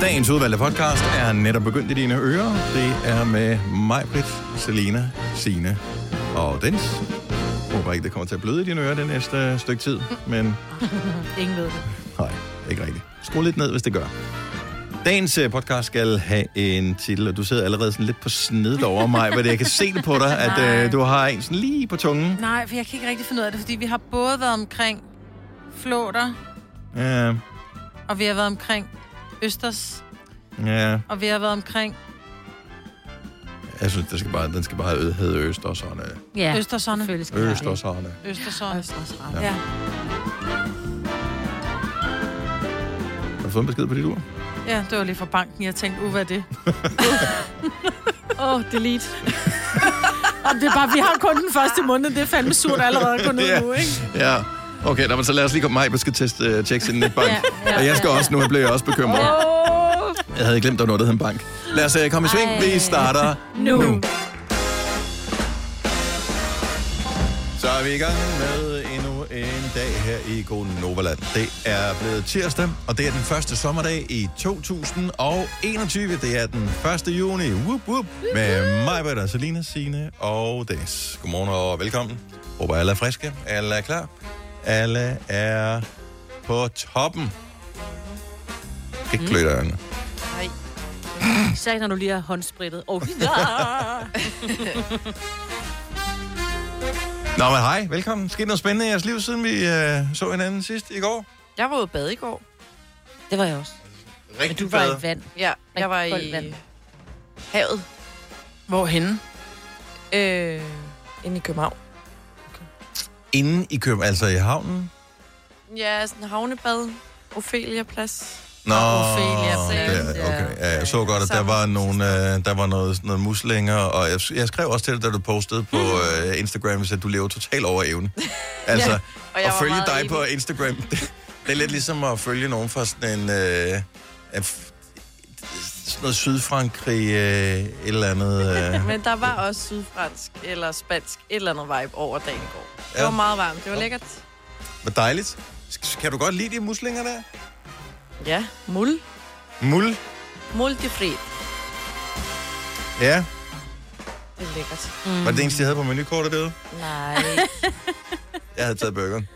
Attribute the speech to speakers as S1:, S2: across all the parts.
S1: Dagens udvalgte podcast er netop begyndt i dine ører. Det er med mig, Britt, Selina, Sine og Dens. Jeg håber ikke, det kommer til at bløde i dine ører det næste stykke tid, men
S2: Ingen ved det.
S1: Nej, ikke rigtigt. Skru lidt ned, hvis det gør. Dagens øh, podcast skal have en titel, og du sidder allerede sådan lidt på snedet over mig, hvor jeg kan se det på dig, at øh, du har en sådan lige på tungen.
S2: Nej, for jeg kan ikke rigtig finde ud af det, fordi vi har både været omkring flåter,
S1: Ja,
S2: og vi har været omkring Østers,
S1: ja.
S2: og vi har været omkring
S1: Jeg synes, den skal bare, den skal bare hedde- hedde Øst og sådan. øh,
S3: Ja,
S2: Østersonne.
S3: selvfølgelig skal
S1: Øst og sådan.
S2: Østersonne.
S3: Østersund.
S2: Ja.
S1: Har du fået en besked på dit ur?
S2: ja, det var lige fra banken. Jeg tænkte, uh, hvad er det?
S3: Åh, oh, delete. Og det er bare, vi har kun den første måned. Det er fandme surt allerede at gå ned
S1: Ja.
S3: nu, ikke?
S1: Ja. Okay, nå, men så lad os lige komme mig, jeg skal teste, øh, tjekke sin netbank.
S3: ja,
S1: Og jeg skal også, nu blev jeg også bekymret.
S3: Oh,
S1: Jeg havde glemt, der var noget, der hed en bank. Lad os øh, komme i sving.
S3: Ej.
S1: Vi starter
S3: nu.
S1: Så er vi i gang med endnu en dag her i Novaland. Det er blevet tirsdag, og det er den første sommerdag i 2021. Det er den 1. juni. Whoop, whoop. Med mig, Britta, Selina, Signe og Dennis. Godmorgen og velkommen. Håber alle er friske, alle er klar, alle er på toppen. Ikke
S3: Mm.
S1: klø dig, Anna.
S3: Sag, når du lige har håndsprittet. Oh, ja.
S1: Nå, men hej, velkommen. Skete noget spændende i jeres liv, siden vi øh, så hinanden sidst i går?
S4: Jeg var ude at bade i går.
S3: Det var jeg også. Men
S1: Rigtig
S3: du var i vand.
S4: Ja, jeg var
S3: koldt vand.
S4: i havet.
S2: Hvorhenne?
S4: Øh, inde i København.
S1: Inden i København, altså i havnen?
S4: Ja, sådan en havnebad. Ophelia Plads.
S1: Nå,
S4: Ophelia
S1: der,
S4: Plains,
S3: ja.
S1: okay. Ja, jeg så godt, at der
S4: Sammen
S1: var, nogle, øh, der var noget, sådan noget muslinger, og jeg, jeg skrev også til dig, da du postede på øh, Instagram, at du lever totalt over evne. Altså, ja,
S4: Hmm. Og
S1: at
S4: var
S1: følge
S4: meget
S1: dig
S4: enig.
S1: på Instagram, det, det er lidt ligesom at følge nogen fra sådan en... Øh, af f- sådan noget Sydfrankrig, øh, et eller andet... Øh.
S4: Men der var også sydfransk eller spansk, et eller andet vibe over dagen i går. Det
S1: Ja.
S4: var meget varmt, det var lækkert.
S1: Hvor dejligt. Sk- Kan du godt lide de muslinger der?
S4: Ja, mul.
S1: Mul?
S4: Multifri.
S1: Ja.
S4: Det er lækkert.
S1: Mm. Var det det eneste, jeg havde på menukortet derude?
S4: Nej.
S1: Jeg havde taget burgeren.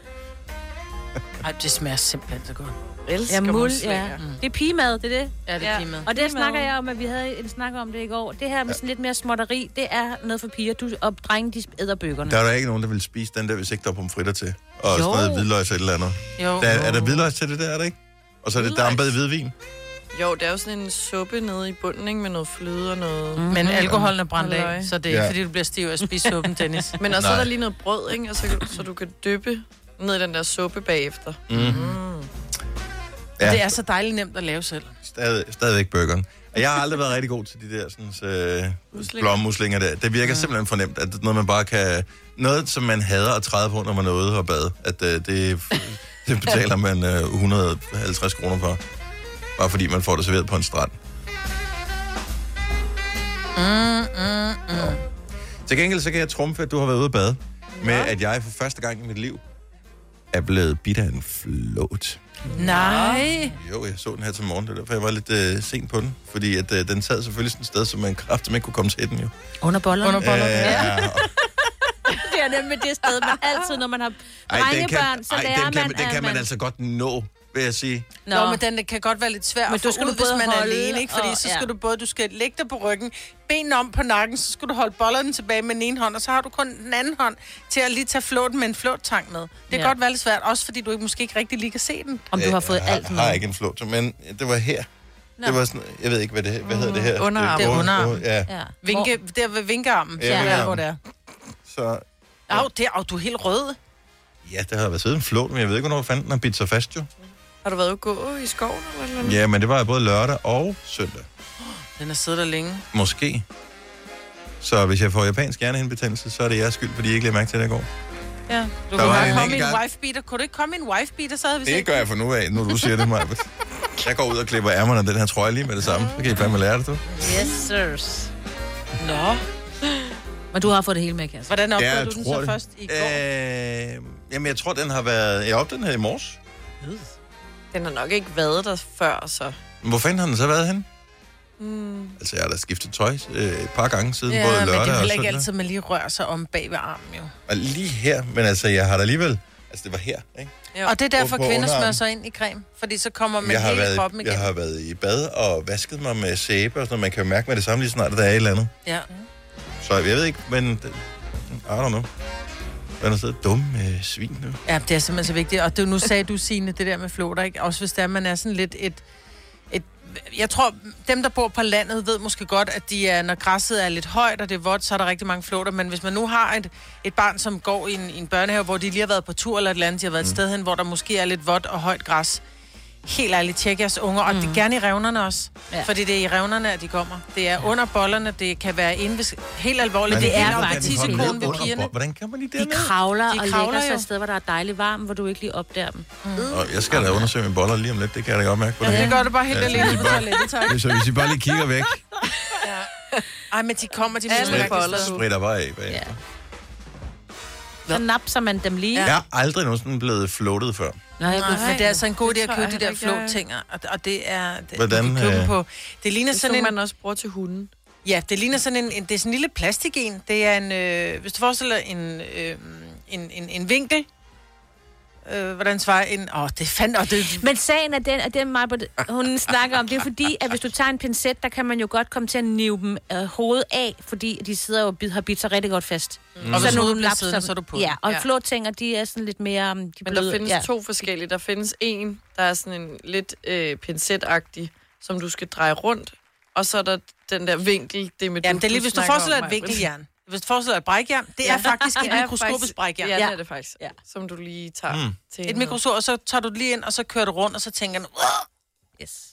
S2: Ej, det smager simpelthen så godt.
S4: Elsker
S3: Ja, Mm. mul, ja.
S4: muslinger.
S3: Det er pigemad, det er det.
S2: Ja, det
S4: Ja.
S2: er klimaet.
S3: Og det
S4: Pigemad.
S3: snakker jeg om, at vi havde en snak om det i går. Det her med sådan lidt mere småtteri, det er noget for piger. Du, og drenge, de æder bøgerne.
S1: Der er der ikke nogen, der vil spise den der, hvis ikke der er pomfritter til. Og jo.
S3: Jo.
S1: sådan noget hvidløg eller et eller andet.
S2: Jo.
S1: Der, er der hvidløg til det der, er der ikke? Og så er det
S4: Hvidløg?
S1: dampet hvidvin.
S4: Jo, der er jo sådan en suppe nede i bunden, ikke? Med noget fløde og noget... Mm.
S2: Mm-hmm. Men alkoholen er brændt
S4: Halløj.
S2: af, så det er ikke,
S1: Ja.
S2: fordi du bliver stiv af at spise suppen, Dennis.
S4: Men også så er
S1: Nej.
S4: der lige noget brød, ikke? Og så, kan du- så du kan dyppe ned i den der suppe bagefter.
S1: Ja.
S2: Ja. Det er så dejligt nemt at lave selv.
S1: Stadig, stadigvæk burgeren. Og jeg har aldrig været rigtig god til de der sådan, øh,
S4: Muslinger.
S1: blommuslinger der. Det virker simpelthen fornemt, at det er noget, man bare kan... Noget, som man hader at træde på, når man er ude og bade. At øh, det, det betaler man øh, 150 kroner for. Bare fordi man får det serveret på en strand.
S2: Mm,
S1: Nå. Til gengæld så kan jeg trumfe, at du har været ude at bade. Med at jeg for første gang i mit liv er blevet bidt af en flåt.
S2: Nej.
S1: Jo, jeg så den her til morgen, det er derfor, jeg var lidt øh, sent på den. Fordi at, øh, den sad selvfølgelig sådan et sted, som man kraftigt ikke kunne komme til den jo. Øh,
S3: Under bollerne.
S2: Under bollerne.
S1: ja.
S3: Det er nemlig det sted, man altid, når man har
S1: Ej, den kan,
S3: drengebørn, så
S1: ej,
S3: lærer
S1: den kan,
S3: man,
S1: den
S3: at
S1: kan man altså godt nå, vil jeg sige.
S3: Nå,
S2: Nå. Nå, men den kan godt være lidt svær
S3: Men
S2: men at
S3: du
S2: få
S3: skal
S2: ud,
S3: du
S2: hvis
S3: både
S2: man er
S3: holde
S2: alene, ikke? Fordi
S3: og-
S2: så skal
S3: ja.
S2: du både, du skal lægge dig på ryggen, benene om på nakken, så skal du holde bollerne tilbage med den ene hånd, og så har du kun den anden hånd til at lige tage flåten med en flåttang med. Det kan
S3: Ja.
S2: godt være lidt svært, også fordi du ikke, måske ikke rigtig lige kan se den.
S3: om du har fået
S1: jeg
S3: alt
S1: har, har
S3: med.
S1: ikke en flot, men det var her. Nå. Det var sådan, jeg ved ikke, hvad, det, hvad hedder det
S3: Mm,
S1: her?
S4: underarm.
S2: Det er
S1: under-
S2: underarm.
S1: Ja,
S3: Ja.
S2: Vinke, der ved vinkearmen,
S1: Ja,
S2: ja, ja.
S1: vinkearmen.
S2: hvor det er.
S1: så...
S2: Au, der, au, du er helt rød.
S1: Ja, der har været siddet en flot, men jeg ved ikke, hvornår fanden den har bidt sig fast jo.
S4: Har du været ude at gå i skoven eller noget?
S1: Ja, men det var både lørdag og søndag.
S2: Den har siddet der længe.
S1: Måske. Så hvis jeg får japansk hjernehindbetændelse, så er det jeres skyld, fordi I ikke lagde mærke til det i går.
S2: Ja. Du kunne
S1: var en
S2: bare komme i
S1: enkelt
S2: en
S1: gang-
S2: wife beater. Kunne du ikke komme i en wife beater, så havde vi
S1: Det
S2: set.
S1: gør jeg for nu af, når du siger det, Maja. Jeg går ud og klipper ærmerne af den her trøje lige med det samme. Så kan I fandme lære det, du.
S3: Yes, sirs.
S2: Nå,
S3: Men du har fået det hele med, Kasper.
S2: hvordan opdagede
S1: jeg
S2: du den så det. først i går? Æh...
S1: Øh, jamen, jeg tror, den har været... Jeg opdagede den her i morges.
S4: Den har nok ikke været der før, så.
S1: Men Hvor fanden har den så været hen?
S4: Mm.
S1: Altså, jeg har da skiftet tøj øh, et par gange siden, ja,
S2: Ja,
S1: både
S2: men det
S1: lørdag
S2: er
S1: og
S2: heller
S1: søndag.
S2: ikke altid, man lige rører sig om bag ved armen, jo.
S1: Og lige her, men altså, jeg har da alligevel... Altså, det var her, ikke?
S4: Jo.
S2: Og det er derfor,
S1: På- på
S2: kvinder smører
S1: underarmen.
S2: sig ind i creme, fordi så kommer man
S1: jeg har,
S2: hele
S1: været,
S2: kroppen igen.
S1: jeg har været i bad og vasket mig med sæbe og sådan noget. Man kan jo mærke med det samme lige snart, at der er et eller andet.
S2: Ja.
S1: Så jeg ved ikke, men... det- I don't know. Den er så dum øh, svin nu.
S2: ja, det er simpelthen så vigtigt. Og det, nu sagde du, Signe, det der med floder, ikke? Også hvis det er, man er sådan lidt et... et jeg tror, dem, der bor på landet, ved måske godt, at de er, når græsset er lidt højt, og det er vådt, så er der rigtig mange flåter. Men hvis man nu har et, et barn, som går i en, i en børnehave, hvor de lige har været på tur eller et eller andet, de har været et sted hen, hvor der måske er lidt vådt og højt græs, helt ærligt, tjek jeres unger, og mm. det er gerne i revnerne også.
S3: Ja.
S2: Ja. Fordi det er i revnerne, at de kommer. Det er under bollerne, det kan være inde ved, helt alvorligt.
S1: Men
S2: det
S3: er
S2: er
S3: faktisk
S2: faktisk
S3: helt
S2: tissekonen ved
S1: under-
S2: pigerne.
S1: Hvordan kan man lige
S3: De
S1: det med?
S3: kravler
S2: De
S3: og
S2: kravler
S3: lægger sig
S2: jo.
S3: et sted, hvor der er dejligt varmt, hvor du ikke lige opdager dem.
S1: Og jeg skal da undersøge mine boller lige om lidt, det kan jeg da godt mærke på det
S2: Ja,
S1: her.
S2: det gør det bare helt
S1: Ja,
S2: ja,
S1: så
S2: alene
S1: de
S2: på
S1: bare-
S2: toilettet, tak.
S1: Hvis, hvis I bare lige kigger væk,
S2: Ej, men de kommer, de
S4: Alle
S2: mærkelige
S4: boller.
S2: steder.
S1: spritter bare af bagefter.
S3: Ja. Så napser man dem lige.
S1: Jeg er aldrig nogensinde blevet floatet før.
S3: Nå, jeg blev
S2: Nej, men det er altså en god idé
S4: det
S2: at
S4: tror
S2: købe
S4: jeg
S2: de der
S4: heller ikke, jeg-
S2: flåtinger, og, og det er... Det,
S1: Hvordan,
S2: du kan købe dem
S1: øh,
S2: på. Det ligner
S4: Det så
S2: sådan en...
S4: man også bruger til hunden.
S2: Ja, det ligner sådan en, en det er sådan en lille plastik en. Det er en, øh, hvis du forestiller en, øh, en, en, en vinkel, øh, hvordan svarer en, åh, det fandt, og det,
S3: Men sagen er den, at den Marbert, hun snakker om, det er fordi, at hvis du tager en pincet, der kan man jo godt komme til at nive dem øh, hovedet af, fordi de sidder jo og bid- har bidt sig rigtig godt fast. Mm.
S2: Og hvis hovedet
S3: du
S2: bliver
S3: lapser
S2: siddende,
S3: dem.
S2: så er du på
S3: Ja,
S2: den.
S3: og
S4: Ja.
S3: flåtinger, de er sådan lidt mere... um, De
S4: Men
S3: bløde,
S4: der findes
S3: ja.
S4: ja. to forskellige. Der findes en, der er sådan en lidt øh, pincetagtig, som du skal dreje rundt. Og så er der den der vinkel, det med
S2: jamen, det er lige, hvis du
S4: snakker
S2: forestiller
S4: om,
S2: et
S4: Maja.
S2: vinkeljern, hvis du forestiller et brækjern, det er faktisk et
S4: Ja,
S2: mikroskopisk
S4: faktisk-
S2: brækjern.
S4: Ja,
S3: Ja.
S4: det er det faktisk.
S3: Ja.
S4: Ja. Som du lige tager mm. til
S2: Et
S4: noget.
S2: mikroskop, og så tager du det lige ind, og så kører du rundt, og så tænker du, "Uah!"
S3: Yes.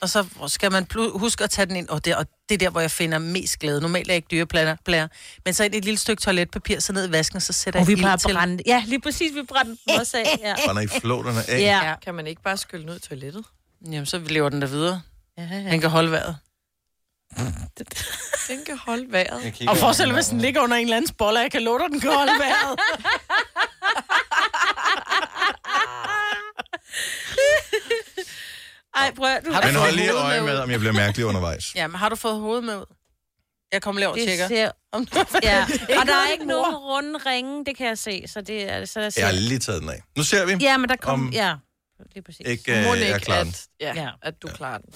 S2: og så skal man plu- huske at tage den ind, og det, og det er der, hvor jeg finder mest glæde. Normalt er jeg ikke dyreplager, plager. men så ind i et lille stykke toiletpapir, så ned i vasken, så sætter
S3: Og vi
S2: jeg
S3: bare
S2: ild til.
S3: brændte. Ja, lige præcis, vi brændte dem også af. Ja.
S1: Brænder I flåterne af?
S3: ja.
S2: Ja.
S4: Kan man ikke bare skylle ned i toilettet?
S2: Jamen, så lever den der videre. Den kan holde vejret.
S4: Den kan holde vejret.
S1: Jeg kigger
S2: Og
S1: over.
S2: forestil dig, hvis den ligger under en eller anden bolle, jeg kan love dig, den kan holde vejret.
S3: Ej, prøv at- du.
S2: Har
S1: Men
S2: du
S1: hold
S2: fået
S1: lige
S2: hovedet
S1: øje
S2: med
S1: med,
S2: ud?
S1: om jeg bliver mærkelig undervejs.
S2: Jamen, har du fået hovedet med ud? Jeg kommer lige over og
S3: det
S2: tjekker.
S3: ser...
S2: Om du...
S3: Ja. Og der er ikke nogen runde ringe, det kan jeg se, så det er... Så der
S1: Jeg
S3: ser...
S1: har lige taget den af. Nu ser vi,
S3: Ja, men der kom...
S1: Om-
S3: Ja, lige præcis.
S1: ikke
S4: Må
S1: øh, jeg
S4: ikke,
S1: klarer den.
S4: at, ja,
S3: Ja.
S4: ja. at du klarer den.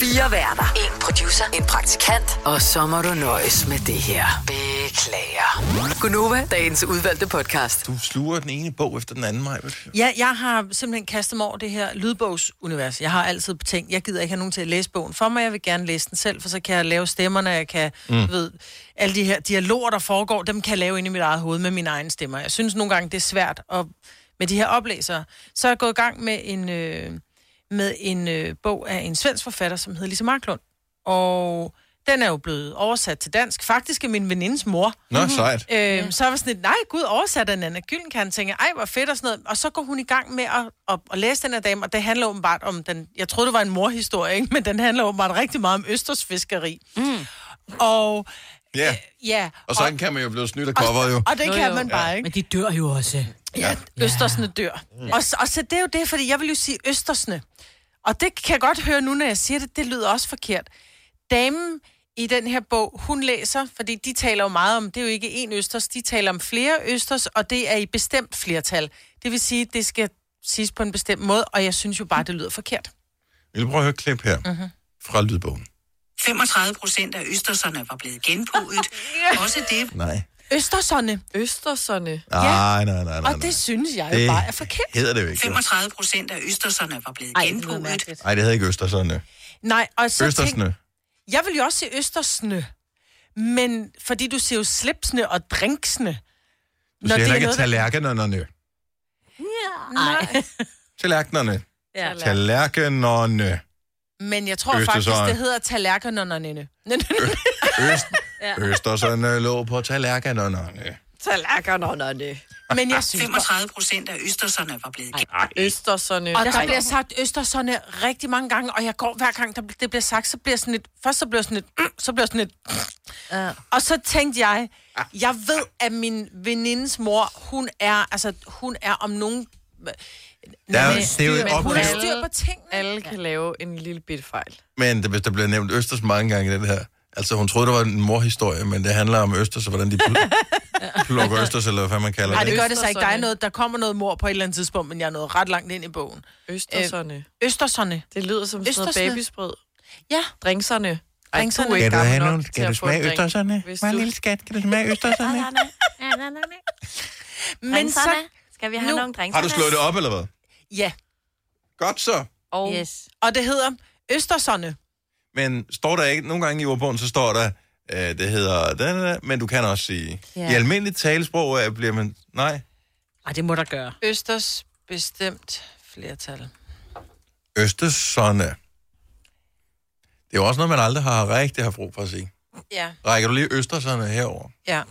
S5: Fire værter. En producer. En praktikant. Og så må du nøjes med det her. Beklager. Gunova, dagens udvalgte podcast.
S1: Du sluger den ene bog efter den anden, Maja.
S2: Ja, jeg har simpelthen kastet mig over det her lydbogsunivers. Jeg har altid tænkt, jeg gider ikke have nogen til at læse bogen for mig. Jeg vil gerne læse den selv, for så kan jeg lave stemmerne. Jeg kan, mm. ved, alle de her dialoger, der foregår, dem kan jeg lave inde i mit eget hoved med mine egne stemmer. Jeg synes nogle gange, det er svært at, med de her oplæsere. Så er jeg gået i gang med en, øh, med en øh, bog af en svensk forfatter, som hedder Lise Marklund. Og den er jo blevet oversat til dansk. Faktisk er min venindes mor
S1: Nå, sejt.
S2: Øh, ja. Så var jeg sådan lidt, nej gud, oversat af Nana Gyllenkan, tænker jeg, ej hvor fedt og sådan noget. Og så går hun i gang med at, at, at læse den her dame, og det handler åbenbart om den, jeg troede det var en morhistorie, ikke? men den handler åbenbart rigtig meget om østersfiskeri. Mm. Og
S1: Ja,
S2: ja,
S1: og sådan kan man jo blive snydt af coveret jo.
S2: Øh, og det kan
S3: jo.
S2: man bare ikke.
S6: Men de dør jo også.
S2: Ja, østersne dør. Mm. Og, så- og så det er jo det, fordi jeg vil jo sige østersne. Og det kan jeg godt høre nu, når jeg siger det, det lyder også forkert. Damen i den her bog, hun læser, fordi de taler jo meget om, det er jo ikke en østers, de taler om flere østers, og det er i bestemt flertal. Det vil sige, det skal siges på en bestemt måde, og jeg synes jo bare, det lyder forkert.
S1: Vi vil prøve at høre et klip her fra lydbogen.
S7: 35 procent af østerserne var blevet genpodet. Også det
S1: Nej.
S2: Østerserne,
S4: Østerserne.
S1: Nej, nej, nej, nej, nej.
S2: og det synes jeg jo
S1: Det
S2: bare er forkert.
S1: hedder det jo ikke. jo.
S7: 35 procent af østerserne var blevet
S3: Ej, det lyder
S7: genpodet.
S3: mærkeligt.
S1: Nej, det hedder ikke øh. Østersønne.
S2: Nej, og så tænk,
S1: Østersnø.
S2: Jeg vil jo også se østersne. Men fordi du ser jo slipsne og drinksne.
S1: Du siger
S2: det
S1: heller
S2: er
S1: ikke
S2: noget, der-
S1: tallerkenerne. øh.
S3: Nej.
S1: Tallerkenerne.
S3: Ja.
S1: Tallerkenerne.
S2: Men jeg tror
S1: Østersøen.
S2: faktisk, det hedder tallerkenerne.
S1: Øst... Østersønne lå på tallerkenerne.
S4: Tallerkenerne.
S2: Men
S3: Ah,
S2: jeg synes bare,
S7: 35 procent af østerserne var blevet genpodet.
S4: Østerserne.
S2: og der bliver sagt østerserne rigtig mange gange, og jeg går hver gang, der, bl- det bliver sagt, så bliver jeg sådan lidt, først så bliver jeg sådan lidt, mm, så bliver jeg sådan lidt,
S3: Ja.
S2: og så tænkte jeg, jeg ved, at min venindes mor, hun er, altså, hun er om nogen
S1: Der er,
S2: Men-
S1: det er jo et
S2: men hun
S1: opgave.
S2: har styr på tingene.
S4: Alle kan lave en lille bit fejl.
S1: Men der, der blev nævnt Østers mange gange i den her. Altså, hun troede, det var en morhistorie, men det handler om Østers, og hvordan de pl- plukker Østers, eller hvad man kalder
S2: Nej,
S1: det.
S2: det
S1: ikke?
S2: gør det så ikke. Der, er
S4: Østerserne.
S2: noget, der kommer noget mor på et eller andet tidspunkt, men jeg er nået ret langt ind i bogen.
S4: Østerserne.
S2: Østerserne.
S4: Det lyder som sådan noget
S2: Østersne.
S4: babysprød.
S2: Ja.
S4: Dringserne. Ej, du
S2: Dringserne.
S4: er ikke
S1: Skal du
S4: gammel
S1: have
S4: nok
S1: nogle?
S4: til
S1: Skal du
S4: at få
S1: smage
S4: en drink,
S1: Østerserne?
S4: hvis
S1: Mig
S4: du-
S1: lille skat, kan du smage Østerserne?
S2: Ah, Men så...
S6: Skal vi
S2: have Nu- nogle
S6: have nogle drinks?
S1: Har du slået det op, eller hvad?
S2: Ja.
S1: Godt så.
S4: Og yes.
S3: Yes.
S2: Og det hedder Østerserne.
S1: Men står der ikke, nogle gange i ordbogen, så står der, øh, det hedder, da, da, da, men du kan også sige,
S3: Ja.
S1: i almindeligt talesprog øh, bliver man, nej,
S3: Ej, det må der gøre.
S2: Østers bestemt flertal.
S1: Østerserne. Det er jo også noget, man aldrig har rigtig har brug for at sige.
S2: Ja.
S1: Rækker du lige Østerserne herover?
S2: Ja.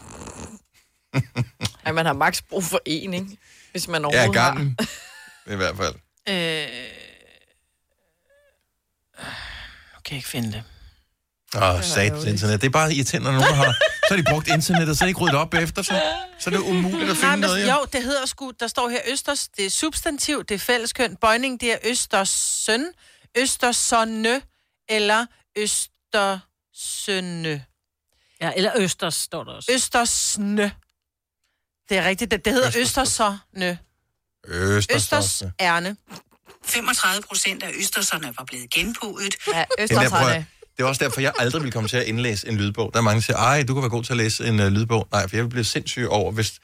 S4: Ej, man har maks brug for en, ikke? Hvis man
S1: Ja,
S4: overhovedet har.
S1: gangen. I hvert fald.
S2: Øh... Nu kan jeg ikke finde det.
S1: Åh, sat internet. Det er bare irriterende, når nogen har... Så har de brugt internettet, så er de ikke ryddet op efter, så, så er det umuligt at
S2: Nej,
S1: finde
S2: men,
S1: noget. Ja.
S2: jo, det hedder sgu, der står her Østers, det er substantiv, det er fælleskøn, bøjning, det er Østersøn, Østersønne eller Østersønne.
S3: Ja, eller Østers står der også.
S2: Østersne. Det er rigtigt, det, det hedder Østersønne. Østers
S1: Østerserne.
S2: ærne.
S7: 35 procent af østerserne var blevet genpodet,
S4: Ja,
S1: Det er, der, prøv, at-
S4: Østerserne.
S1: det er også derfor, jeg aldrig vil komme til at indlæse en lydbog. Der er mange, der siger, ej, du kan være god til at læse en uh, lydbog. Nej, for jeg vil blive sindssyg over, hvis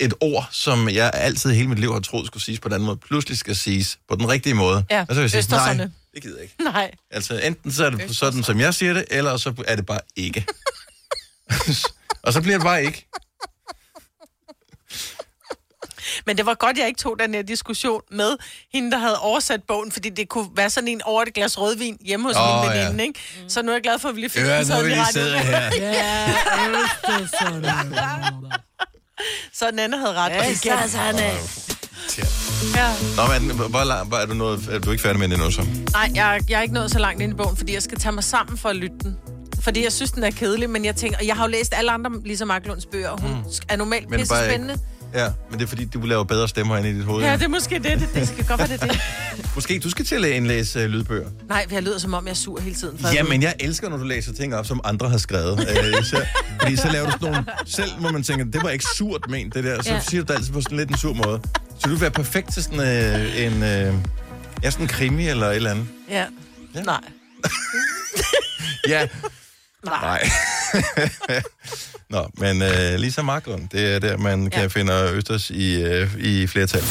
S1: et ord, som jeg altid hele mit liv har troet skulle siges på den anden måde, pludselig skal siges på den rigtige måde.
S2: Ja,
S1: og så vil jeg sige, nej,
S2: Østerserne.
S1: det gider jeg ikke.
S2: Nej.
S1: Altså, enten så er det sådan, som jeg siger det, eller så er det bare ikke. og så bliver det bare ikke.
S2: Men det var godt, jeg ikke tog den her diskussion med hende, der havde oversat bogen, fordi det kunne være sådan en over et glas rødvin hjemme hos oh,
S1: Åh,
S2: min veninde, ja. ikke? Så nu er jeg glad for, at vi lige fik
S1: Ja,
S2: den
S1: nu har
S2: sådan
S1: vi
S2: i
S1: lige
S2: radioen.
S1: siddet her.
S2: Så den anden havde ret. Ja,
S1: Ja. Nå, men hvor langt hvor er du nået? Er du ikke færdig med den endnu, så?
S2: Nej, jeg, jeg er ikke nået så langt ind i bogen, fordi jeg skal tage mig sammen for at lytte den. Fordi jeg synes, den er kedelig, men jeg tænker... Og jeg har jo læst alle andre Lisa Marklunds bøger, og hun mm. er normalt
S1: Men
S2: pisse
S1: bare ikke.
S2: spændende.
S1: Ja, men det er fordi, du laver bedre stemmer ind i dit hoved.
S2: Ja, det er måske det. Det, det skal godt være det, er det.
S1: Måske du skal til at indlæse uh, lydbøger.
S2: Nej, jeg lyder som om, jeg er sur hele tiden. for jeg ved-
S1: Jamen, jeg elsker, når du læser ting op, som andre har skrevet. Øh, så, fordi så laver du sådan nogle... Selv må man tænke, det var ikke surt ment, det der. Så ja.
S3: Ja.
S1: siger du det altid på sådan lidt en sur måde. Så du vil være perfekt til sådan øh, en... Øh, ja, sådan en krimi eller et eller andet.
S2: Ja.
S1: Ja.
S2: ja. Nej.
S1: Ja. Nej. Nå, men øh, Lisa Marklund, det er der, man ja. kan finde Østers i, øh, i flertal.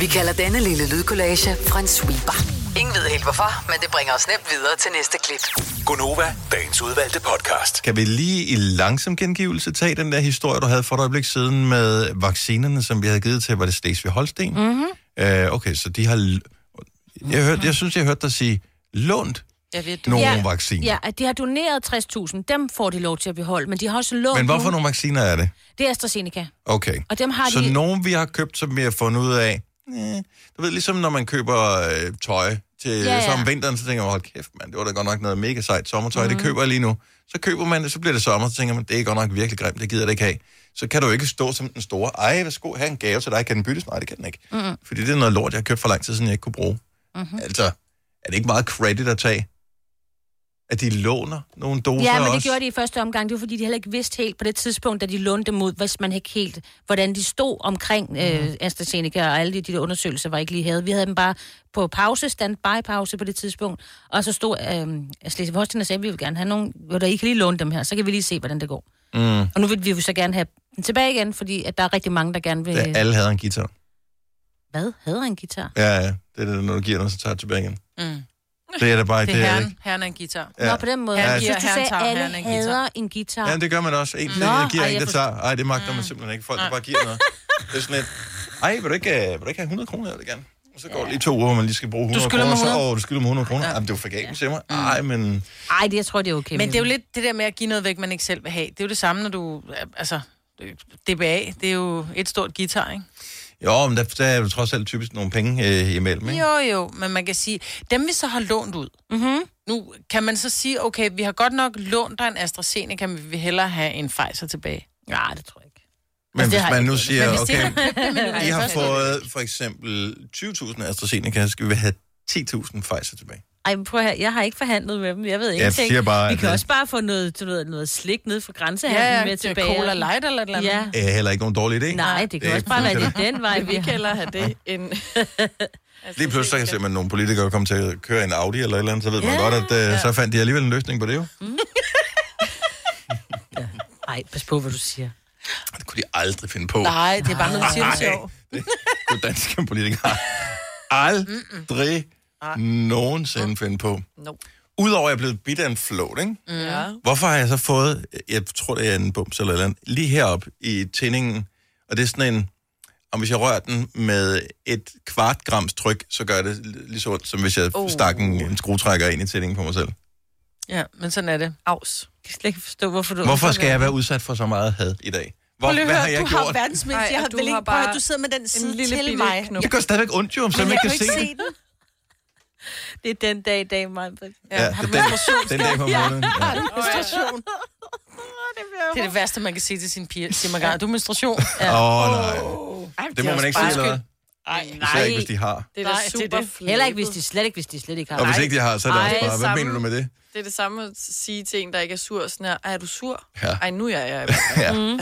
S5: Vi kalder denne lille lydkollage en sweeper. Ingen ved helt hvorfor, men det bringer os nemt videre til næste klip.
S8: Gunova, dagens udvalgte podcast.
S1: Kan vi lige i langsom gengivelse tage den der historie, du havde for et øjeblik siden med vaccinerne, som vi havde givet til, var det Slesvig-Holsten?
S3: Mhm.
S1: Mm-hmm. Øh, okay, så de har... l- Jeg, hørte, jeg synes, jeg hørte dig sige, lånt
S2: Jeg ved, du...
S1: nogle ja.
S3: Ja.
S1: vacciner. Ja.
S3: Ja, at de har doneret 60.000. Dem får de lov til at beholde, men de har også lånt
S1: Men hvorfor
S3: nogle.
S1: nogle vacciner er det?
S3: Det er AstraZeneca.
S1: Okay.
S3: Og dem har
S1: Så
S3: de...
S1: nogen, vi har købt, som vi har fundet ud af... eh, Du ved, ligesom når man køber øh, tøj til ja,
S3: Ja,
S1: ja.
S3: ja.
S1: så om vinteren, så tænker man, hold kæft, mand, det var da godt nok noget mega sejt sommertøj,
S3: Mhm.
S1: mm-hmm. det køber jeg lige nu. Så køber man det, så bliver det sommer, så tænker man, det er godt nok virkelig grimt, det gider jeg da ikke have. Så kan du jo ikke stå som den store, ej, værsgo, have en gave til dig, kan den byttes? Nej, det kan den ikke. Mm-hmm. Fordi det er noget lort, jeg har købt for lang tid siden, jeg ikke kunne bruge. Mm-hmm. Altså, er det ikke meget credit at tage? At de låner nogle doser
S3: Ja, men
S1: også?
S3: det gjorde de i første omgang. Det var fordi, de heller ikke vidste helt på det tidspunkt, da de lånte dem ud, hvis man ikke helt, hvordan de stod omkring
S1: Mm-hmm.
S3: øh, AstraZeneca og alle de, de der undersøgelser, var ikke lige havde. Vi havde dem bare på pause, standby-pause på det tidspunkt, og så stod øh, Slesvig Holsten og sagde, at vi vil gerne have nogle, hvor der I kan lige låne dem her, så kan vi lige se, hvordan det går. Mm. Og nu vil vi jo så gerne have dem tilbage igen, fordi at der er rigtig mange, der gerne vil...
S1: Da alle havde en guitar.
S3: Hvad? Havde han en guitar?
S1: Ja, ja. Det er det, når du giver den, så tager du tilbage igen. Mm. Det er da bare, det,
S2: Det
S1: det
S2: er
S1: er det
S2: herren.
S1: ikke.
S2: Herren er en guitar.
S3: Ja. Nå, på den måde.
S2: Han
S3: Ja,
S2: giver-
S3: jeg synes, du
S2: han
S3: sagde,
S2: tager-
S3: at alle
S2: han er en guitar.
S3: hader en guitar.
S1: Ja, det gør man også. En,
S3: Nå,
S1: der giver,
S3: ej,
S1: en,
S3: jeg
S1: der
S3: forstår-
S1: tager. Ej, det magter man simpelthen ikke. Folk, der bare giver noget. Det er sådan lidt, ej, vil du ikke, øh, vil du ikke have 100 kroner? Jeg vil gerne. Og så går det lige to uger, hvor man lige skal bruge 100
S2: skylder
S1: kroner.
S2: mig
S1: Så,
S2: 100.
S1: åh, du skylder mig 100 kroner. Jamen, det er jo for galt, siger
S3: Mm.
S1: mig. Ej, men...
S3: Ej, det, jeg tror, det er okay.
S2: Men det er jo lidt det der med at give noget væk, man ikke selv vil have. Det er jo det samme, når du... Altså, DBA, det er jo et stort guitar, ikke?
S1: Jo, men der, der er jo trods alt typisk nogle penge øh, imellem, ikke?
S2: Jo, jo, men man kan sige, dem vi så har lånt ud, mm-hmm. nu kan man så sige, okay, vi har godt nok lånt dig en AstraZeneca, men vi vil hellere have en Pfizer tilbage.
S3: Nej, det tror jeg ikke.
S1: Men altså,
S3: det
S1: hvis
S3: har
S1: man
S3: jeg
S1: nu
S3: ikke.
S1: siger,
S3: Men hvis det
S1: okay,
S3: ikke er købt det, men
S1: I
S3: det
S1: har
S3: første-
S1: fået for eksempel 20.000 AstraZeneca, skal vi have 10.000 Pfizer tilbage.
S3: Ej, men prøv at høre, jeg har ikke forhandlet med dem. Jeg ved ingenting.
S1: siger bare,
S3: Vi
S1: at
S3: kan
S1: det-
S3: også bare få noget, du ved, noget slik ned fra grænsehandlen
S2: Ja, ja,
S3: med
S2: det er
S3: tilbage.
S2: cola light eller et eller andet.
S3: Ja.
S1: Er heller ikke nogen dårlig idé.
S3: Nej, det kan
S1: er
S3: også bare være
S1: fuldstændig-
S3: det er den vej, vi
S4: Vi kan
S3: kan.
S4: hellere have det end... altså,
S1: Lige pludselig så kan jeg simpelthen nogle politikere komme til at køre en Audi eller et eller andet, så ved man
S3: Ja.
S1: godt, at øh, så fandt de alligevel en løsning på det jo.
S3: Ej, pas på, hvad du siger.
S1: Det kunne de aldrig finde på.
S2: Nej, det er bare noget, du siger, det er
S1: Nej,
S2: sjovt.
S1: det kunne danske politikere aldrig nogensinde finde på.
S4: No.
S1: Udover at jeg er blevet bidt af en float, ikke?
S3: Mm.
S4: Ja.
S1: Hvorfor har jeg så fået, jeg tror det er en bums eller et eller andet, lige heroppe i tændingen, og det er sådan en, om hvis jeg rører den med et kvart grams tryk, så gør det lige så ondt, som hvis jeg oh.
S4: Oh.
S1: stak en, en skruetrækker ind i tændingen på mig selv.
S2: Ja, men sådan er det.
S4: Aus.
S3: Jeg kan slet ikke forstå, hvorfor du...
S1: Hvorfor skal jeg være udsat for så meget had i dag? Hvor, hvad har jeg
S2: du
S1: gjort?
S2: har verdens mindste.
S4: Nej,
S2: Jeg har
S4: og du
S2: vel
S4: har
S2: ikke prøvet,
S4: bare
S2: du sidder med den side
S4: lille
S2: til
S4: bitte
S2: mig.
S4: knop.
S1: Det gør stadigvæk ondt, jo, om så man kan se det.
S2: den.
S3: Det er den dag i dag, mig. Det
S1: Ja, det er den, den dag på måneden. Ja.
S2: Menstruation. Det er det værste, man kan sige til sin piger. Sig mig, "Gar, du er menstruation. Ja.
S1: Åh, oh, nej. Det må man ikke sige, eller hvad?
S2: Ej,
S1: Især ikke, hvis de har.
S4: Det er da
S2: Nej, det er
S4: super
S2: det.
S4: flabet.
S3: Heller ikke, hvis de slet ikke, hvis de slet ikke har.
S1: Og hvis ikke de har, så er det
S4: Ej,
S1: også bare, hvad
S4: samme.
S1: mener du med det?
S4: Det er det samme at sige til en, der ikke er sur. Sådan her, "Ej, er du sur?
S1: Ja.
S4: Ej, nu er jeg. jeg.
S1: Ja. Mm.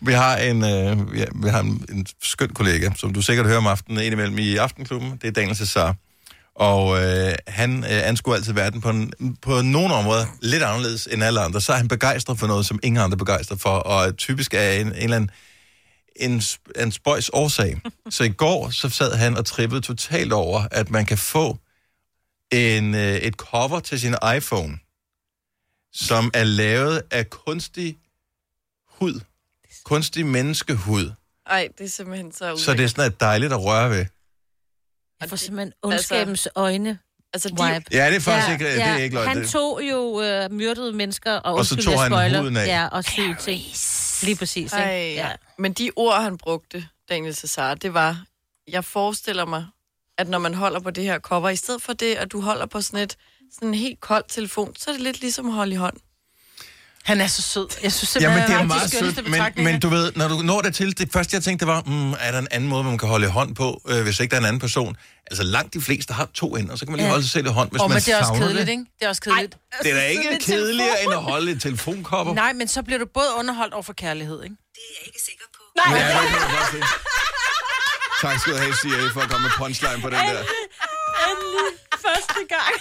S1: Vi har en, øh, ja, vi har en, en skøn kollega, som du sikkert hører om aftenen, indimellem i Aftenklubben. Det er Daniel Cesar. Og øh, han øh, anskuer altid verden på, en, på nogle områder lidt anderledes end alle andre. Så er han begejstret for noget, som ingen andre er begejstret for, og typisk er en, en eller anden en, sp- en spøjs årsag. Så i går så sad han og trippede totalt over, at man kan få en, øh, et cover til sin iPhone, som er lavet af kunstig hud. Kunstig menneskehud.
S4: Ej, det er simpelthen så
S1: Så det er
S4: ulækkert.
S1: sådan at dejligt at røre ved.
S3: Jeg får simpelthen ondskabens øjne.
S4: Altså, de,
S3: Wipe.
S1: Ja, det er faktisk ja, ikke, det er ikke løgn.
S3: Han
S1: Det-
S3: tog jo øh, myrdede mennesker, og,
S1: Og så
S3: undskyld,
S1: tog
S3: jeg
S1: han
S3: spoiler,
S1: huden af.
S3: Ja, og syge ting. Lige præcis, ikke?
S4: Ej,
S3: Ja.
S4: ja. Men de ord, han brugte, Daniel Cesar, det var, jeg forestiller mig, at når man holder på det her cover, i stedet for det, at du holder på sådan et sådan en helt kold telefon, så er det lidt ligesom at holde i hånd.
S2: Han er så sød. Jeg synes
S1: Jamen,
S2: simpelthen,
S1: det er
S2: han
S1: meget
S2: de skønneste
S1: sødt, men,
S2: betragtninger.
S1: men du ved, når du når det til, det første jeg tænkte, det var, mm, er der en anden måde, man kan holde hånd på, øh, hvis ikke der er en anden person? Altså langt de fleste har to ender, så kan man lige
S2: Ja.
S1: holde sig selv i hånd, hvis
S2: Åh,
S1: man
S2: men det er også
S1: savner
S2: kedeligt, ikke? Altså, Det er også kedeligt.
S1: Det er da ikke kedeligere, end at holde et telefonkopper.
S2: Nej, men så bliver du både underholdt over for kærlighed, ikke?
S1: Ja, det kan jeg godt se. Tak skal du have, CIA, for at komme med punchline på den der.
S3: Første gang.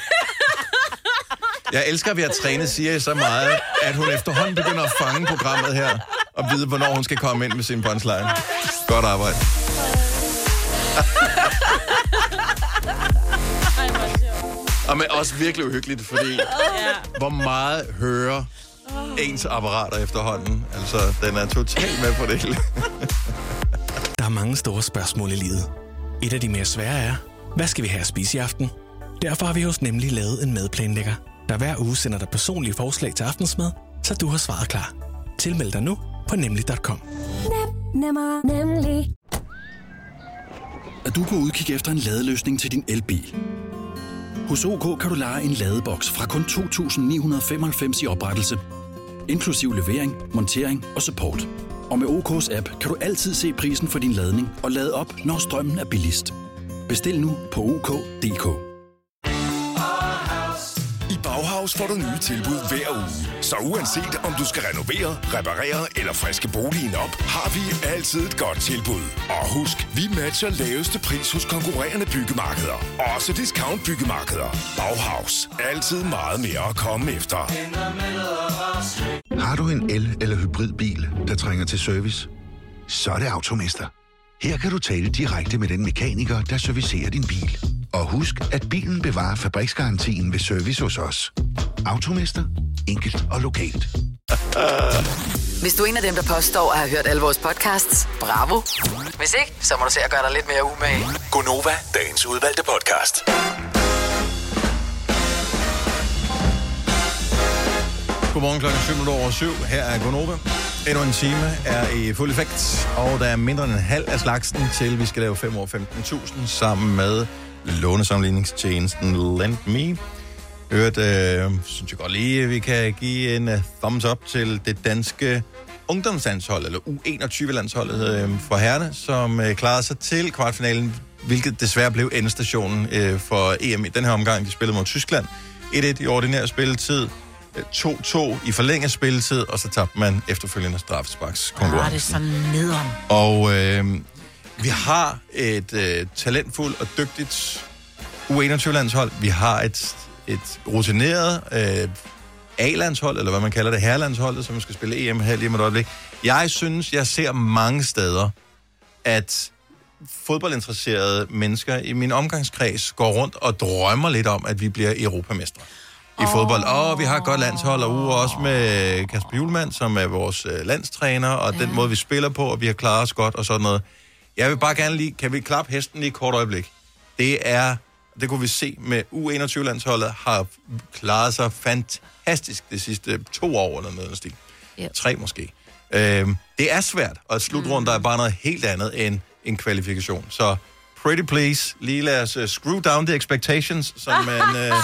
S1: Jeg elsker, at vi har trænet Siri så meget, at hun efterhånden begynder at fange programmet her, og vide, hvornår hun skal komme ind med sin punchline. Godt arbejde. og men også virkelig uhyggeligt, fordi hvor meget hører ens apparater efterhånden. Altså, den er totalt med på det hele.
S6: Der er mange store spørgsmål i livet. Et af de mere svære er, hvad skal vi have at spise i aften? Derfor har vi hos Nemlig lavet en madplanlægger, der hver uge sender dig personlige forslag til aftensmad, så du har svaret klar. Tilmeld dig nu på nemlig.com.
S9: Nemmer, nemlig.
S10: er du på udkig efter en ladeløsning til din elbil. Hos OK kan du lege en ladeboks fra kun 2.995 i oprettelse, inklusiv levering, montering og support. Og med OK's app kan du altid se prisen for din ladning og lade op, når strømmen er billigst. Bestil nu på OK.dk.
S8: I Bauhaus får du nye tilbud hver uge. Så uanset om du skal renovere, reparere eller friske boligen op, har vi altid et godt tilbud. Og husk, vi matcher laveste pris hos konkurrerende byggemarkeder. Også discount byggemarkeder. Bauhaus. Altid meget mere at komme efter.
S11: Har du en el- eller hybridbil, der trænger til service? Så er det Automester. Her kan du tale direkte med den mekaniker, der servicerer din bil. Og husk, at bilen bevarer fabriksgarantien ved service hos os. Automester. Enkelt og lokalt.
S1: Øh.
S5: Hvis du er en af dem, der påstår at have hørt alle vores podcasts, bravo. Hvis ikke, så må du se at gøre dig lidt mere umage.
S8: Gonova, dagens udvalgte podcast.
S1: Godmorgen klokken 7 over 7. Her er Gonova. Endnu en time er i fuld effekt, og der er mindre end en halv af slagsen til, vi skal lave 5 år 15.000 sammen med lånesamligningstjenesten Lend Me. Hørt, øh, synes jeg godt lige, at vi kan give en øh, thumbs up til det danske ungdomslandshold, eller U21-landsholdet øh, for herrene, som øh, klarede sig til kvartfinalen, hvilket desværre blev endestationen øh, for EM i den her omgang. De spillede mod Tyskland 1-1 i ordinær spilletid, øh, 2-2 i forlænget spilletid, og så tabte man efterfølgende
S12: Ah, det
S1: straffesparkskonkurrencen.
S12: er så nederen.
S1: Og øh, vi har et øh, talentfuldt og dygtigt U21-landshold. Vi har et, et rutineret øh, A-landshold, eller hvad man kalder det, herrelandsholdet, som skal spille EM her lige om et øjeblik. Jeg synes, jeg ser mange steder, at fodboldinteresserede mennesker i min omgangskreds går rundt og drømmer lidt om, at vi bliver europamestre i fodbold. Og vi har et godt landshold, og uge også med Kasper Julemand, som er vores øh, landstræner, og den måde, vi spiller på, og vi har klaret os godt og sådan noget. Jeg vil bare gerne lige, kan vi klappe hesten lige et kort øjeblik? Det er, det kunne vi se med U21-landsholdet, har klaret sig fantastisk de sidste to år eller noget i den stil.
S3: Ja.
S1: Tre måske. Øhm, det er svært, og slutrunden der er bare noget helt andet end en kvalifikation. Så pretty please, lige lad os uh, screw down the expectations, som man uh,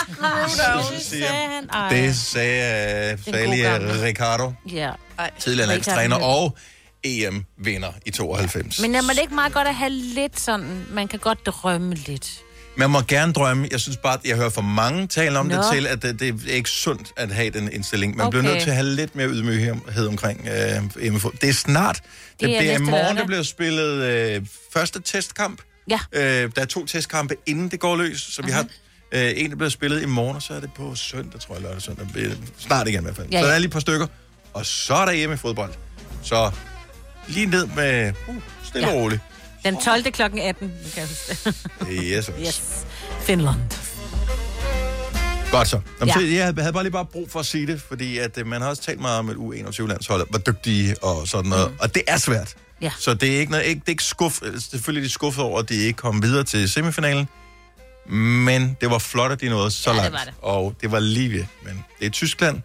S1: siger. Det sagde, uh,
S3: en
S1: sagde
S3: god
S1: lige
S3: gammel.
S1: Ricardo,
S3: Ja.
S1: tidligere landstræner og EM-vinder i 92.
S3: Men er man ikke meget godt at have lidt sådan, man kan godt drømme lidt.
S1: Man må gerne drømme. Jeg synes bare, at jeg hører for mange tale om Nå. det
S3: Nå.
S1: til, at det, det er ikke sundt at have den indstilling. Man okay.
S3: Okay.
S1: bliver nødt til at have lidt mere ydmyghed omkring øh, EM. Det er snart. Det,
S3: Det
S1: det
S3: er
S1: bliver i
S3: næste
S1: morgen,
S3: lørdag.
S1: der bliver spillet øh, første testkamp.
S3: Ja.
S1: Øh, der er to testkampe, inden det går løs. Så vi har øh, en, der bliver spillet i morgen, og så er det på søndag, tror jeg, lørdag søndag. Øh, Snart igen i hvert fald.
S3: Ja,
S1: Ja, ja.
S3: ja.
S1: Så der er lige et par stykker. Og så er der hjemme i fodbold. Så lige ned med uh, stille ja.
S3: Ja.
S1: og roligt.
S3: Den 12. klokken 18, nu kan jeg huske det.
S1: Yes, yes.
S3: Yes. Finland.
S1: Godt så. Jamen,
S3: Ja.
S1: ja. så. Jeg havde bare lige bare brug for at sige det, fordi at, øh, man har også talt meget om et U21-landshold, hvor dygtige og sådan noget. Mm. Og det er svært.
S3: Ja.
S1: Så det er ikke, noget, ikke, det er ikke skuff, øh, selvfølgelig er de skuffet over, at de ikke kom videre til semifinalen. Men det var flot, at de nåede så
S3: Ja, det
S1: langt.
S3: var det.
S1: Og det var lige ved. Men det er Tyskland.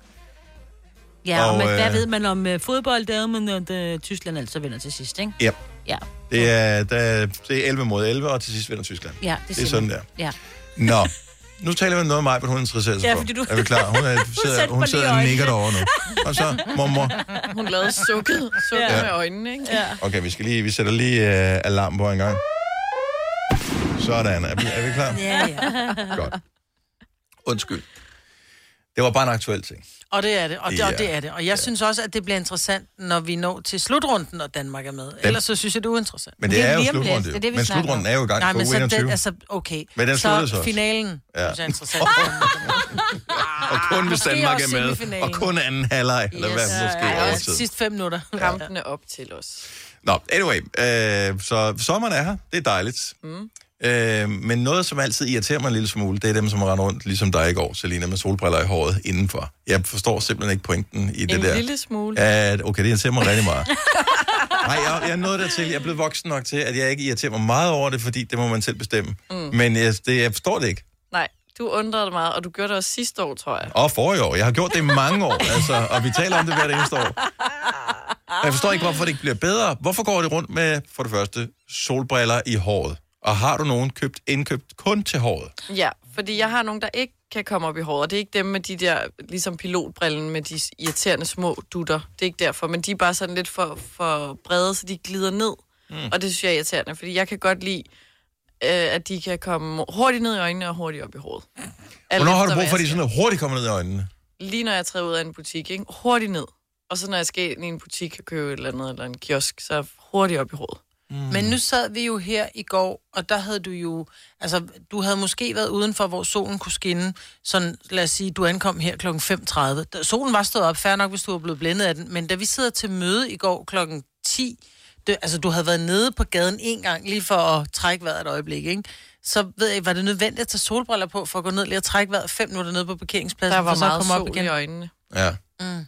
S3: Ja, og,
S1: Og,
S3: men, hvad
S1: øh,
S3: ved man om øh, fodbold, der er man, at øh, Tyskland altså vinder til sidst, ikke?
S1: Ja.
S3: Ja,
S1: Det er, der, det er 11 mod 11, og til sidst vinder Tyskland.
S3: ja
S1: det, det
S3: siger
S1: er sådan
S3: man.
S1: der.
S3: Ja.
S1: Nå, nu taler vi om noget om mig, men hun interesserer sig
S4: Ja,
S1: for.
S4: fordi du-
S1: Er vi klar? Hun, er, sidder,
S4: satte
S1: hun
S4: mig
S1: sidder
S4: lige i
S1: og
S4: øjnene.
S1: nikker derovre nu. Og så, mormor,
S4: Hun lavede sukket, sukket
S1: Ja.
S4: ja. med øjnene, ikke? Ja.
S1: Okay, vi skal lige, vi sætter lige øh, alarm på en gang. Sådan, er vi, er vi klar?
S2: Ja, ja.
S1: Godt. Undskyld. Det var bare en aktuel ting.
S2: Og det er det, og det, ja. og
S1: Ja.
S2: det er det. Og jeg ja. synes også, at det bliver interessant, når vi når til slutrunden, og Danmark er med. Ellers så synes jeg, det er uinteressant.
S1: Men det er jo slutrunden, jo. Men slutrunden er jo i gang
S2: Nej,
S1: på
S2: men så
S1: U21.
S2: den, altså, okay.
S1: Men den
S2: så,
S1: sluttede så også.
S2: finalen,
S1: Ja.
S2: ja. synes jeg er interessant.
S1: Og kun hvis
S2: Måske
S1: Danmark
S2: også
S1: er med,
S2: semifinalen.
S1: og kun anden halvleg, yes. eller hvad der sker ja, ja. tid.
S2: sidste fem minutter.
S4: Kampene op til os.
S1: Nå, anyway, øh, så sommeren er her, det er dejligt.
S4: Mm.
S1: Øh, men noget, som altid irriterer mig en lille smule, det er dem, som render rundt, ligesom dig i går, Selina, med solbriller i håret indenfor. Jeg forstår simpelthen ikke pointen i det
S4: En
S1: der.
S4: lille smule.
S1: At, okay, det irriterer mig rigtig meget. Nej, jeg, jeg er nået dertil. Jeg er blevet voksen nok til, at jeg ikke irriterer mig meget over det, fordi det må man selv bestemme. Mm. Men jeg, det, jeg forstår det ikke.
S4: Nej, du undrede dig meget, og du gjorde det også sidste år, tror jeg.
S1: Og forrige år. Jeg har gjort det i mange år, altså, og vi taler om det hvert eneste år. Og jeg forstår ikke, hvorfor det ikke bliver bedre. Hvorfor går det rundt med, for det første, solbriller i håret? Og har du nogen købt indkøbt kun til håret?
S4: Ja, fordi jeg har nogen, der ikke kan komme op i håret. Det er ikke dem med de der, ligesom pilotbrillen med de irriterende små dutter. Det er ikke derfor, men de er bare sådan lidt for, for brede, så de glider ned.
S13: Mm.
S4: Mm. Og det synes jeg er irriterende, fordi jeg kan godt lide, øh, at de kan komme hurtigt ned i øjnene og hurtigt op i hovedet. Alt
S1: Hvornår har du
S4: efter,
S1: brug
S4: hvad
S1: for, at
S4: jeg
S1: de sådan hurtigt kommer ned i øjnene?
S4: lige når jeg træder ud af en butik, ikke? hurtigt ned. Og så når jeg skal ind i en butik og købe et eller andet, eller en kiosk, så hurtigt op i hovedet.
S1: Mm.
S2: Men nu sad vi jo her i går, og der havde du jo... Altså, du havde måske været udenfor, hvor solen kunne skinne. Sådan, lad os sige, du ankom her kl. 5.30. Da- Solen var stået op, fair nok, hvis du var blevet blændet af den. Men da vi sidder til møde i går kl. 10, det, altså, du havde været nede på gaden en gang, lige for at trække vejret et øjeblik, ikke? Så ved jeg, ikke, var det nødvendigt at tage solbriller på, for at gå ned lige og trække vejret fem minutter nede på parkeringspladsen,
S4: Der var
S2: for så at
S4: meget
S2: komme op
S4: sol
S2: igen?
S4: i øjnene.
S1: Ja.
S2: Mm.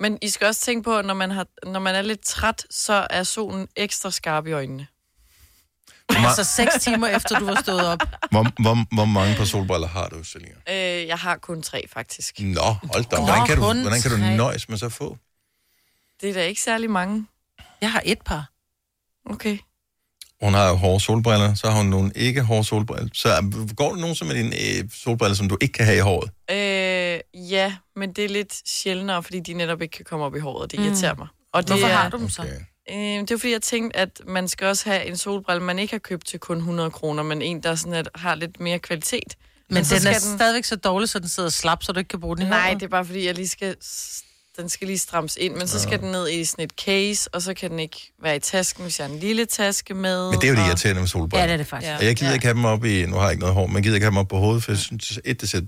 S4: Men I skal også tænke på, at når man, har, når man er lidt træt, så er solen ekstra skarp i øjnene.
S1: Hvor,
S2: Så Altså seks timer efter, du var stået op.
S1: hvor, hvor, hvor mange par solbriller har du, Selina?
S4: Øh, jeg har kun tre, faktisk.
S1: Nå, hold da.
S4: Nå,
S1: op. Hvordan kan, du,
S4: kun
S1: hvordan kan du
S4: tre.
S1: nøjes med så få?
S4: Det er da ikke særlig mange.
S2: Jeg har et par.
S4: Okay.
S1: Hun har jo hårde solbriller, så har hun nogle ikke hårde solbriller. Så øh, går der nogen som med dine øh, solbriller, som du ikke kan have i håret?
S4: Øh, ja, men det er lidt sjældnere, fordi de netop ikke kan komme op i håret. Det irriterer mm. mig. Og det
S2: Hvorfor
S4: er,
S2: har du dem så? Okay.
S4: Øh, det er fordi, jeg tænkte, at man skal også have en solbrille, man ikke har købt til kun 100 kroner, men en, der sådan at, har lidt mere kvalitet.
S2: Men, men den er den... stadigvæk så dårlig, så den sidder slap, så du ikke kan bruge den i
S4: Nej,
S2: hånden.
S4: det er bare fordi, jeg lige skal, den skal lige strammes ind, men så skal den ned i sådan et case, og så kan den ikke være i tasken, hvis jeg har en lille taske med.
S1: Men det er jo det
S4: og...
S1: irriterende med solbriller.
S4: Ja, det er det faktisk.
S1: Og jeg gider
S4: Ja.
S1: ikke have dem op i, nu har jeg ikke noget hår, men jeg gider ikke have dem op på hovedet, for jeg synes, et, det ser,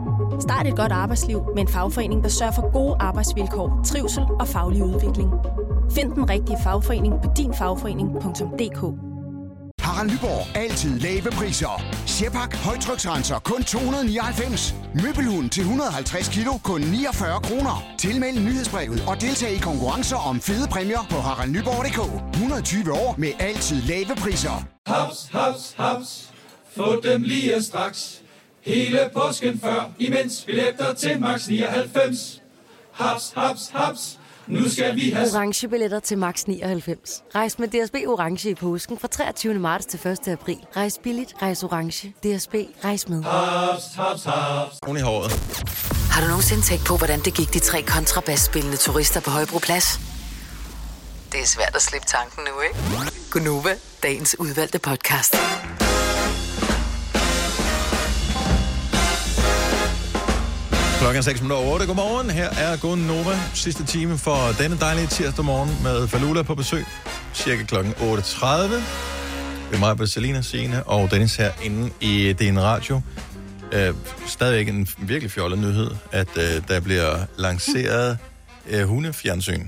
S14: Start et godt arbejdsliv med en fagforening, der sørger for gode arbejdsvilkår, trivsel og faglig udvikling. Find den rigtige fagforening på dinfagforening.dk.
S15: Harald Nyborg. Altid lave priser. Sjehpak. Højtryksrenser. Kun 299. Møbelhund til 150 kilo. Kun 49 kroner. Tilmeld nyhedsbrevet og deltag i konkurrencer om fede præmier på haraldnyborg.dk. 120 år med altid lave priser.
S16: Haps, haps, haps. Få dem lige straks. Hele påsken før, imens billetter til max 99. Haps, haps, haps. Nu skal vi have...
S17: orange billetter til max 99. Rejs med DSB orange i påsken fra 23. marts til 1. april. Rejs billigt, rejs orange. DSB rejs med.
S16: Haps, haps, haps.
S1: Oven i håret.
S5: Har du nogensinde tænkt på, hvordan det gik de tre kontrabasspillende turister på Højbroplads? Det er svært at slippe tanken nu, ikke? Gunova, dagens udvalgte podcast.
S1: Klokken er 6 minutter over 8. Godmorgen. Her er Gunn Nova. Sidste time for denne dejlige tirsdag morgen med Falula på besøg. Cirka klokken 8.30. Det er mig, Bersalina, Signe og Dennis her inde i DN Radio. Øh, stadigvæk en virkelig fjollet nyhed, at øh, der bliver lanceret øh, hundefjernsyn.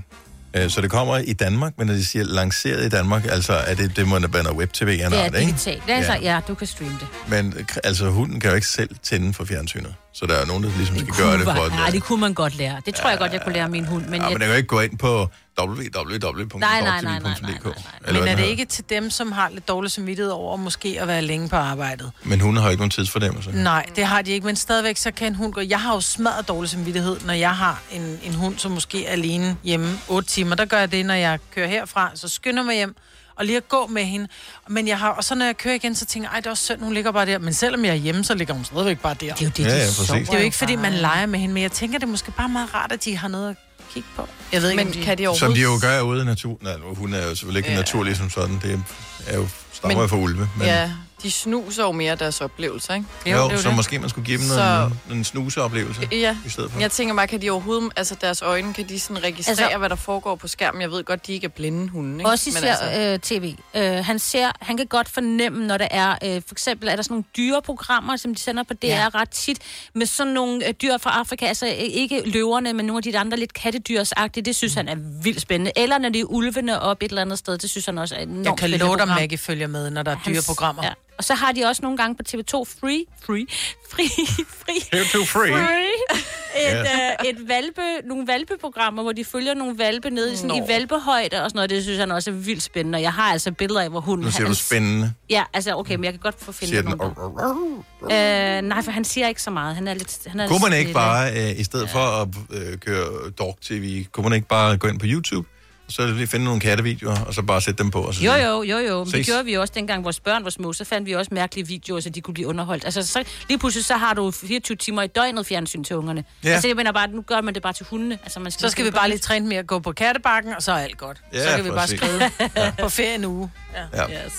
S1: Øh, så det kommer i Danmark, men når de siger lanceret i Danmark, altså er det, det må da være noget web-tv eller
S3: det er
S1: noget, ikke?
S3: digitalt. Det er altså, ja, du kan streame det.
S1: Men k- altså, hunden kan jo ikke selv tænde for fjernsynet. Så der er jo nogen, der ligesom skal gøre det for den.
S3: Nej, det kunne man godt lære. Det tror jeg godt, jeg kunne lære min hund. Men,
S1: Ja, men jeg
S3: jeg,
S1: kan jo ikke gå ind på
S2: Nej, nej, nej, nej,
S1: www.dogtv.dk.
S2: Men er det ikke til dem, som har lidt dårlig samvittighed over måske at være længe på arbejdet?
S1: Men hunden har jo ikke nogen tidsfornemmelse.
S2: Nej, det har de ikke, men stadigvæk så kan en hund gå. Jeg har jo smadret dårlig samvittighed, når jeg har en, en hund, som måske er alene hjemme 8 timer. Der gør jeg det, når jeg kører herfra, så skynder jeg mig hjem og lige at gå med hende. Men jeg har, og så når jeg kører igen, så tænker jeg, "Ej, det er også synd, hun ligger bare der. Men selvom jeg er hjemme, så ligger hun stadigvæk bare der. Det er jo,
S1: det, Ja, de ja, præcis. sover
S2: det er jo
S1: jo
S2: ikke, fordi man leger med hende, men jeg tænker, det er måske bare meget rart, at de har noget at kigge på. Jeg ved ikke,
S4: Men
S2: om
S4: kan de
S1: Som de jo gør ude i naturen. Nej, nu, hun er jo selvfølgelig ikke ja. naturlig som sådan. Det er jo stammer jo
S4: Men-
S1: fra ulve. Men,
S4: Ja, de snuser jo mere deres oplevelser, ikke?
S1: jo, jo, så måske man skulle give dem
S4: Så-
S1: så... en, en snuseoplevelse
S4: Ja,
S1: i stedet for.
S4: jeg tænker bare, kan de overhovedet, altså deres øjne, kan de sådan registrere,
S3: Altså-
S4: altså, hvad der foregår på skærmen? Jeg ved godt, de ikke er blinde hunde, ikke?
S3: også især altså... øh, tv. Øh, han, ser, han kan godt fornemme, når der er... Øh, for eksempel er der sådan nogle dyreprogrammer, som de sender på DR ja.
S4: Ja.
S3: ret tit, med sådan nogle øh, dyr fra Afrika. Altså øh, ikke løverne, men nogle af de der andre lidt kattedyrsagtige. Det
S2: Mm.
S3: synes han er vildt spændende. Eller når det er ulvene op et eller andet sted, det synes han også er et enormt
S2: Jeg kan
S3: spændende
S2: love dig,
S3: program.
S2: Maggie følger med, når der er
S3: Hans-
S2: dyreprogrammer.
S3: Ja. Og så har de også nogle gange på TV2 Free, Free, Free,
S1: Here to free.
S3: et,
S1: Yes.
S3: øh, et valpe, nogle valpeprogrammer, hvor de følger nogle valpe nede i, sådan,
S1: Nå.
S3: i valpehøjde og sådan noget. Det synes han også er vildt spændende. Og jeg har altså billeder af, hvor hunden...
S1: Nu siger
S3: han-
S1: du spændende.
S3: Ja, altså okay, men jeg kan godt få finde
S1: Siger
S3: det
S1: den.
S3: nogle gange. øh, Nej, for han siger ikke så meget. Han er lidt... Han er
S1: Kunne
S3: lidt
S1: man ikke
S3: stille.
S1: bare, øh, i stedet for at øh, køre dog tv, kunne man ikke bare gå ind på YouTube, og så lige finde nogle kattevideoer, og så bare sætte dem på? Og så
S3: Jo,
S1: sige,
S3: jo, jo, jo. Men det
S1: Ses.
S3: gjorde vi også dengang, vores børn var små. Så fandt vi også mærkelige videoer, så de kunne blive underholdt. Altså, så, lige pludselig så har du 24 timer i døgnet fjernsyn til ungerne.
S2: Ja.
S3: Ja. Altså, jeg mener bare, nu gør man det bare til hundene. Altså, man skal
S2: Så skal vi bare lige træne med at gå på kattebakken, og så er alt godt.
S1: Ja,
S2: så kan vi bare
S1: præcis.
S2: skrive ja. på ferie en uge.
S1: Ja.
S2: Yes.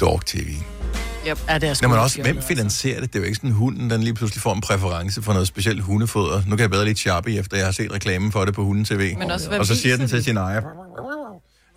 S1: Dog tv.
S4: Yep.
S2: Ja, det er sgu
S1: Nå, men
S2: lidt
S1: også,
S2: fjollet,
S1: hvem finansierer det? Det er jo ikke sådan, hunden den lige pludselig får en præference for noget specielt hundefoder. Nu kan jeg bedre lige Sharpie, efter jeg har set reklamen for det på Hunden TV.
S4: Men også, hvad
S1: og så siger
S4: viser
S1: den til sin ejer.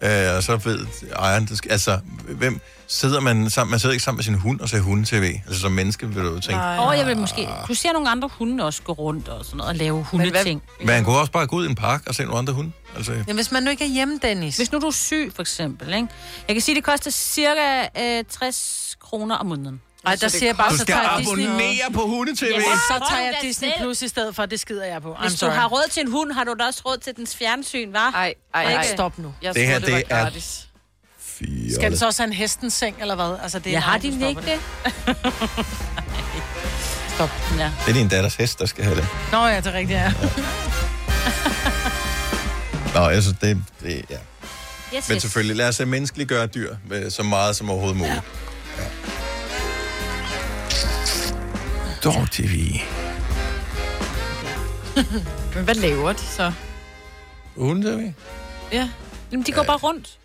S1: Øh, og så ved ejeren, det skal, altså, hvem sidder man sammen? Man sidder ikke sammen med sin hund og ser Hunden TV. Altså, som menneske vil du jo tænke.
S3: Åh, oh, jeg vil måske... Du ser nogle andre hunde også gå rundt og sådan noget, og lave hundeting.
S1: Man kunne også bare gå ud i en park og se nogle andre hunde. Altså,
S2: Ja, hvis man nu ikke er hjemme, Dennis.
S3: Hvis nu du er syg, for eksempel, ikke? Jeg kan sige, det koster cirka øh, 60 kroner om måneden. Altså,
S2: Ej, der siger jeg bare, så tager jeg Disney.
S1: på hunde-tv.
S2: Ja, så tager jeg
S3: Hold da
S2: Disney
S3: selv.
S2: Plus i stedet for, det skider jeg på. I'm
S3: Hvis du
S2: sorry.
S3: har råd til en hund, har du da også råd til dens fjernsyn, var? Nej,
S2: ej, ej. Stop nu. Jeg
S1: det her,
S2: troede, det
S1: det
S2: var
S1: er...
S2: gratis.
S1: Fjollet.
S2: Skal den så også have en hestens seng, eller hvad? Altså, det er
S3: Jeg har
S2: nej, du
S3: din
S2: stopper
S3: ikke det.
S2: Stop.
S3: Ja.
S1: Det er din datters hest, der skal have det.
S2: Nå ja, det er rigtigt, ja.
S1: Nå, altså, det, det ja.
S3: Yes,
S1: Men selvfølgelig, lad os øh, menneskeliggøre dyr øh, så meget som overhovedet muligt. Ja. Dog TV.
S4: Men hvad laver de så?
S1: Hunde TV?
S4: Ja.
S3: Jamen, de går bare rundt. Altså,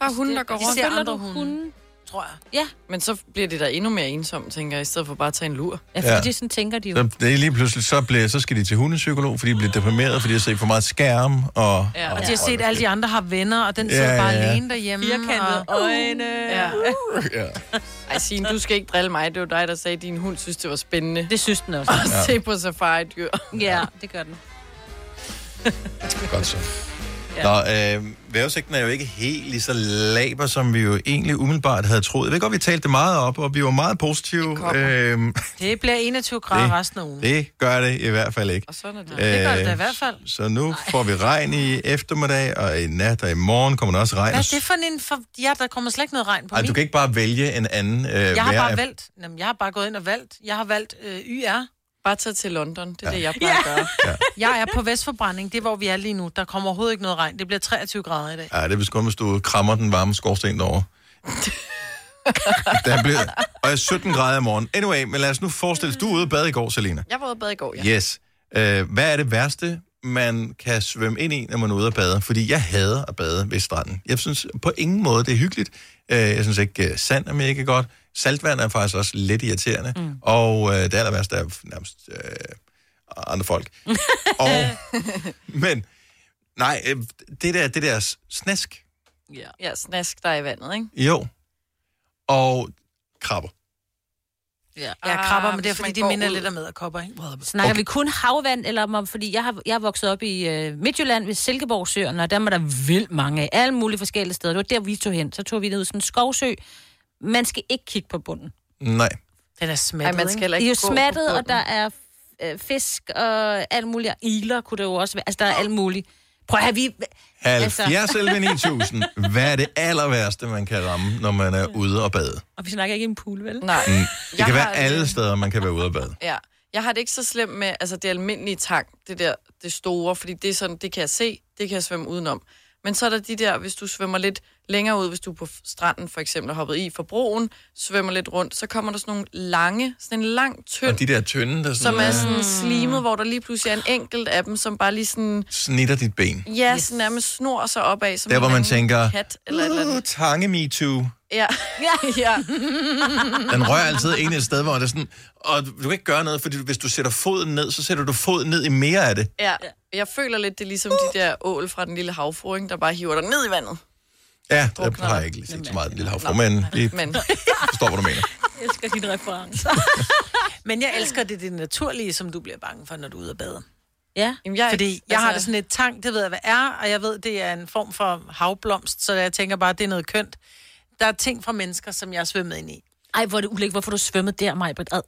S4: Bare hunde, der går
S3: De
S4: rundt.
S3: ser andre hunde,
S2: tror jeg.
S3: Ja.
S4: Men så bliver det da endnu mere ensomt, tænker jeg, i stedet for bare at tage en lur.
S1: Ja, fordi Ja. det-
S3: Sådan tænker de jo.
S1: Så det er lige pludselig, så, bliver, så skal de til hundepsykolog, fordi de bliver deprimeret, fordi de har set for meget skærm. Og,
S2: Ja. Og de har set, at alle de andre har venner, og den
S1: Ja,
S2: sidder bare
S1: ja, ja.
S2: alene derhjemme.
S4: Firkantede
S2: og... Uh.
S4: øjne.
S2: Ja.
S1: ja.
S4: Ej, Signe, du skal ikke drille mig. Det var dig, der sagde, at din hund synes, det var spændende.
S3: Det synes den også.
S4: At
S1: Ja.
S4: se på safari-dyr.
S3: Ja, det gør den.
S1: Godt så. Ja. Nå, øh, vejrudsigten er jo ikke helt lige så laber, som vi jo egentlig umiddelbart havde troet. Jeg ved godt, vi talte det meget op, og vi var meget positive. Det, øh,
S2: Det bliver 21 grader
S1: Det-
S2: resten af ugen.
S1: det gør det i hvert fald ikke.
S2: Og sådan er det. Det gør det da i hvert fald.
S1: Øh, Så nu får vi regn i eftermiddag, og i nat og i morgen kommer der også regn.
S2: Hvad er det for en... For... Ja, der kommer slet ikke noget regn på
S1: Ej,
S2: min.
S1: du kan ikke bare vælge en anden øh,
S2: jeg har bare valgt... Jamen, jeg har bare gået ind og valgt. Jeg har valgt øh, YR.
S4: Bare tage til London. Det er ja. det, jeg plejer at gøre.
S2: Jeg er på Vestforbrænding. Det er, hvor vi er lige nu. Der kommer overhovedet ikke noget regn. Det bliver 23 grader i dag.
S1: Ja, det er vist kun, hvis du krammer den varme skorsten over. der bliver, og er 17 grader i morgen. Anyway, men lad os nu forestille dig, du er ude og bade i går, Selina.
S4: Jeg var ude og bade i går, ja.
S1: Yes. Øh, hvad er det værste, man kan svømme ind i, når man er ude og bade? Fordi jeg hader at bade ved stranden. Jeg synes på ingen måde, det er hyggeligt. Øh, jeg synes ikke, øh, sand er mega godt. Saltvand er faktisk også lidt irriterende, mm. og øh, det aller værste er nærmest øh, andre folk. og, men, nej, øh, det der, det der snask,
S4: Ja. ja, snask dig i vandet, ikke?
S1: jo, og krabber.
S4: Ja,
S2: Ja, krabber,
S4: Ah,
S2: men det er fordi, de minder lidt om
S3: æderkopper, ikke? Snakker okay. vi kun havvand, eller om, fordi jeg har, jeg har vokset op i øh, Midtjylland ved Silkeborgsøerne, og der var der vildt mange af alle mulige forskellige steder. Det var der, vi tog hen. Så tog vi ned i sådan en skovsø. Man skal ikke kigge på bunden.
S1: Nej.
S2: Den er smattet,
S3: Ej, man skal ikke I er jo smattet, og der er øh, fisk og alt muligt. Og Iler kunne det jo også være. Altså, der er alt muligt. Prøv at have vi... Altså-
S1: 70 11 9000. Hvad er det aller værste, man kan ramme, når man er ude og bade?
S3: Og vi snakker ikke en pool, vel?
S4: Nej.
S1: Mm. Det
S4: Jeg
S1: kan
S4: har
S1: være
S4: det.
S1: alle steder, man kan være ude og bade.
S4: Ja. Jeg har det ikke så slemt med altså det almindelige tang, det der det store, fordi det er sådan, det kan jeg se, det kan jeg svømme udenom. Men så er der de der, hvis du svømmer lidt længere ud, hvis du er på stranden for eksempel og hoppet i for broen, svømmer lidt rundt, så kommer der sådan nogle lange, sådan en lang, tynd,
S1: Og de der tynde, der sådan,
S4: som er sådan slimet, hvor der lige pludselig er en enkelt af dem, som bare lige sådan,
S1: snitter dit ben.
S4: ja, yes. sådan nærmest snor sig opad. Som
S1: Der,
S4: en
S1: hvor man
S4: anden
S1: tænker,
S4: Kat eller et eller andet.
S1: Uh, tange me too.
S4: Ja, ja, ja.
S1: Den rører altid en et sted, hvor det er sådan, og du kan ikke gøre noget, fordi hvis du sætter foden ned, så sætter du foden ned i mere af det.
S4: Ja, jeg føler lidt, det er ligesom de der ål fra den lille havfruing, der bare hiver dig ned i vandet.
S1: Ja, der har jeg ikke set så meget den lille havfru, men vi
S4: Men
S1: forstår, hvad du mener.
S2: Jeg elsker dine referencer. men jeg elsker det, det naturlige, som du bliver bange for, når du er ude at bade.
S3: Ja.
S2: Jamen, jeg, Fordi jeg altså... har det
S4: altså-
S2: sådan et tang, det ved jeg, hvad er, og jeg ved, det er en form for havblomst, så jeg tænker bare, det er noget kønt. Der er ting fra mennesker, som jeg er svømmet ind i.
S3: Ej, hvor er det ulækkert. Hvorfor du svømmet der, mig på ad?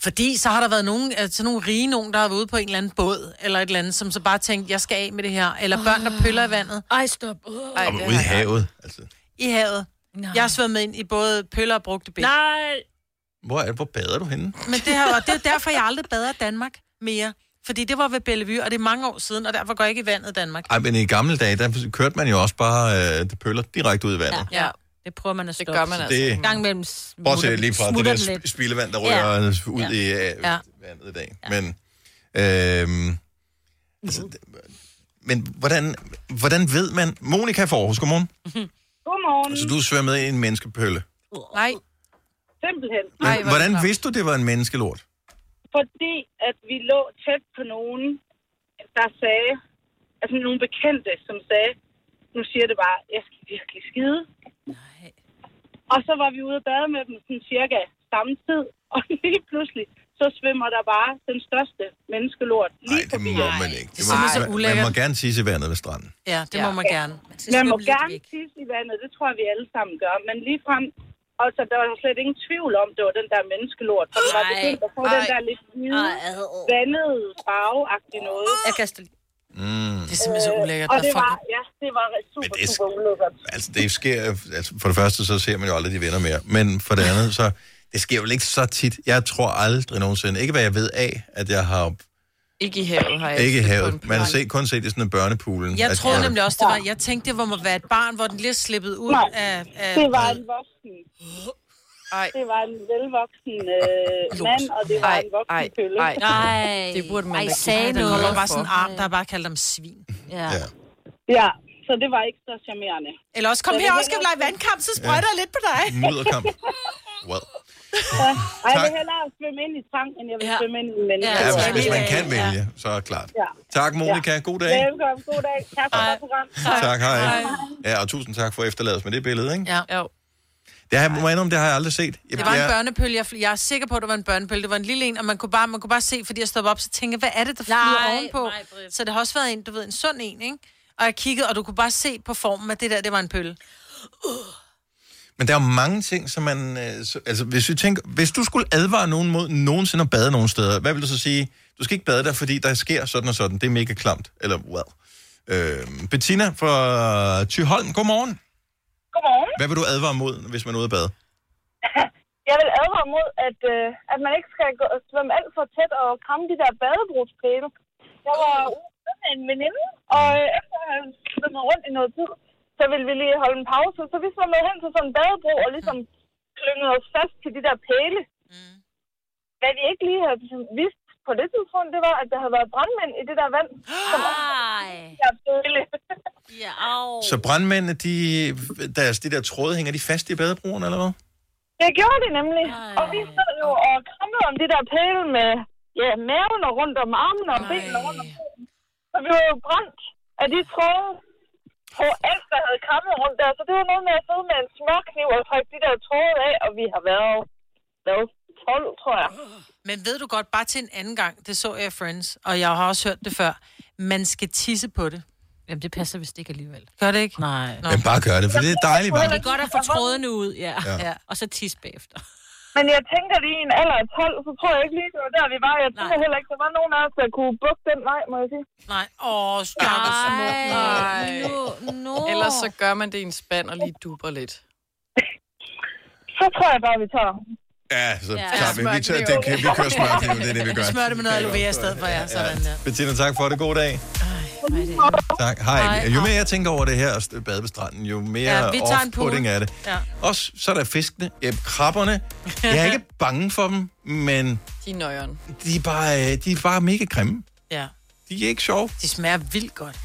S2: Fordi så har der været nogen, altså nogle rige nogen, der har været ude på en eller anden båd, eller et eller andet, som så bare tænkte, jeg skal af med det her. Eller børn, der pøller i vandet.
S3: Ej, stop.
S2: Ej,
S1: Og ude i havet. Altså,
S2: I havet. Nej. Jeg har svømmet ind i både pøller og brugte ben.
S3: Nej.
S1: Hvor, er det, hvor bader du henne?
S2: Men det, her, og det er derfor, jeg aldrig bader i Danmark mere. Fordi det var ved Bellevue, og det er mange år siden, og derfor går jeg ikke i vandet i Danmark.
S1: Ej, men i gamle dage, der kørte man jo også bare øh, det pøller direkte ud i vandet. Ja.
S3: Ja. Det prøver man at stoppe.
S4: gør man
S1: altså. Det-
S3: Gang imellem
S1: Bortset lige fra det
S3: smutter
S1: der
S3: den
S1: sp-
S3: lidt.
S1: spildevand, der
S3: Ja.
S1: rører ja. ud
S3: Ja.
S1: ja. i øh,
S3: Ja.
S1: vandet i dag. Ja. Men, øh, altså, det- men hvordan, hvordan ved man... Monika Forhus, godmorgen.
S7: Godmorgen.
S1: Så Altså, du er svømmet ind i en menneskepølle.
S4: Nej.
S7: Simpelthen.
S1: Men, Ej, hvordan vidste du, det var en menneskelort?
S7: Fordi at vi lå tæt på nogen, der sagde, altså nogle bekendte, som sagde, nu siger jeg det bare, jeg skal virkelig skide. Nej. Og så var vi ude og bade med dem sådan cirka samme tid, og lige pludselig, så svømmer der bare den største menneskelort lige
S1: Det må man ikke.
S2: det er
S1: må,
S2: simpelthen så
S1: man- man
S2: ulækkert. Mm.
S1: må gerne tisse i vandet ved stranden.
S2: Ja, det må man gerne.
S7: Man, man må gerne tisse i vandet, det tror jeg, vi alle sammen gør. Men ligefrem, altså der var slet ingen tvivl om, det var den der menneskelort. For den var
S3: Ej,
S7: begyndt at få den
S3: ej,
S7: der lidt hvide, vandede, farveagtig noget.
S3: Jeg kaster lige.
S1: Mm.
S2: Det er simpelthen så ulækkert.
S7: Og
S2: der
S7: det
S2: er
S7: var,
S2: fucking-
S7: ja, det var super,
S1: det er
S7: super ulækkert.
S1: Altså, det sker... Altså, for det første, så ser man jo aldrig de venner mere. Men for det andet, så... Det sker vel ikke så tit. Jeg tror aldrig nogensinde, ikke hvad jeg ved af, at jeg har
S4: Ikke i havet har jeg
S1: ikke i
S4: set på
S1: havet.
S4: en
S1: Man har
S4: plan.
S1: set, kun set i sådan en børnepoolen.
S2: Jeg
S1: at-
S2: troede nemlig også, det var... Jeg tænkte, det var at være et barn, hvor den lige er slippet ud
S7: Nej,
S2: af... af
S7: Det var en voksen. Det var en velvoksen øh, mand, og det var en voksen pølle.
S2: Nej.
S4: Det burde man da
S2: Ej,
S4: give
S2: sagde
S4: den
S2: noget. Det var
S4: lov
S2: bare
S4: for.
S2: sådan en arm, der bare kaldte dem svin.
S3: Ja.
S7: Ja, så det var ikke så charmerende.
S2: Eller også, kom
S7: Så
S2: her,
S7: det
S2: også skal vi lege vandkamp, så sprøjter jeg lidt på dig.
S1: Mudderkamp. Well.
S7: Ja. Ej, jeg vil
S1: Tak.
S7: hellere svømme ind i trang, end jeg vil svømme ind i en menneske.
S1: Ja, hvis, hvis man kan vælge, så er det klart.
S7: Ja.
S1: Tak, Monika. God dag.
S7: Velkommen, god dag. Tak for det program.
S1: Tak, hej. Ja, og tusind tak for at efterlade os med det billede, ikke?
S2: Ja. Jo.
S1: Det har, jeg- må jeg indrømme, det har jeg aldrig set. Jeg,
S2: Det var en
S1: jeg,
S2: børnepøl. Jeg, jeg er sikker på, at det var en børnepøl. Det var en lille en, og man kunne bare, man kunne bare se, fordi jeg stoppede op, så tænkte jeg, hvad er det, der flyder
S3: Nej,
S2: ovenpå? så det har også været en, du ved, en sund en, ikke? Og jeg kiggede, og du kunne bare se på formen, at det der, det var en pøl.
S1: men der er jo mange ting, som man... øh, så- Altså, hvis, vi tænker, hvis du skulle advare nogen mod nogensinde at bade nogen steder, hvad vil du så sige? Du skal ikke bade der, fordi der sker sådan og sådan. Det er mega klamt. Eller, well. Øh, Bettina fra Thyholm, godmorgen.
S7: Godmorgen.
S1: Hvad vil du advare mod, hvis man er ude at bade?
S7: Jeg vil advare mod, at, øh, at man ikke skal gå og svømme alt for tæt og kramme de der badebrugspæle. Jeg var ude at svømme med en veninde, og øh, efter at have svømmet rundt i noget tid, så ville vi lige holde en pause. Så vi svømmede hen til sådan en badebro og ligesom klyngede os fast til de der pæle. Mm. Hvad vi ikke lige havde ligesom vidst på det tidspunkt, det var, at der havde været brandmænd i det der vand. Som
S3: Ej.
S7: der pæle.
S3: Ja, au.
S1: Så brandmændene, de, deres, de der tråde, hænger de fast i badebroen, eller hvad?
S13: Det gjorde de nemlig. Og vi stod jo og krammede om det der pæle med ja, maven og rundt om armen og benene rundt om pælen. Så vi var jo brændt af de tråde på alt, der havde krammet rundt der. Så det var noget med at sidde med en småkniv og trække de der tråde af, og vi har været hvad, 12, tror jeg.
S2: Men ved du godt, bare til en anden gang, det så jeg i Friends, og jeg har også hørt det før, man skal tisse på det. Jamen, det passer vist ikke alligevel. Gør det ikke?
S3: Nej.
S1: Jamen, bare gør det, for det er dejligt,
S3: Det
S1: bare.
S3: er godt at få trådene ud, ja.
S1: Ja.
S3: ja. Og så tis
S2: Mm.
S3: bagefter.
S13: Men jeg tænker lige i en alder af 12, så tror jeg ikke lige, det var der, vi var. Jeg tænker heller ikke, der var nogen af os, der kunne bukke den vej, må jeg sige.
S2: Nej. Åh, stakkels små.
S4: Nej.
S3: No, no.
S4: Ellers så gør man det i en spand og lige duber lidt.
S13: Så tror jeg bare, vi tager.
S1: Ja, så
S2: Ja.
S1: tager vi. Vi, tager, det,
S2: Smørkniv.
S1: vi kører smørkniv, det er det, vi gør.
S2: Smør det med noget aloe vera i stedet for, ja. Sådan, ja.
S1: Bettina, tak for det. God dag. Tak. Hej.
S2: Hej.
S1: Jo mere jeg tænker over det her og st- bade på stranden, jo mere
S2: Ja, vi tager en pool.
S1: off-putting er det.
S2: Ja.
S1: Også så er der fiskene, ja, krabberne. Jeg er ikke bange for dem, men
S4: De er nøjeren.
S1: de er bare, øh, de er bare mega grimme.
S2: Ja.
S1: De er ikke sjove.
S2: De smager vildt godt.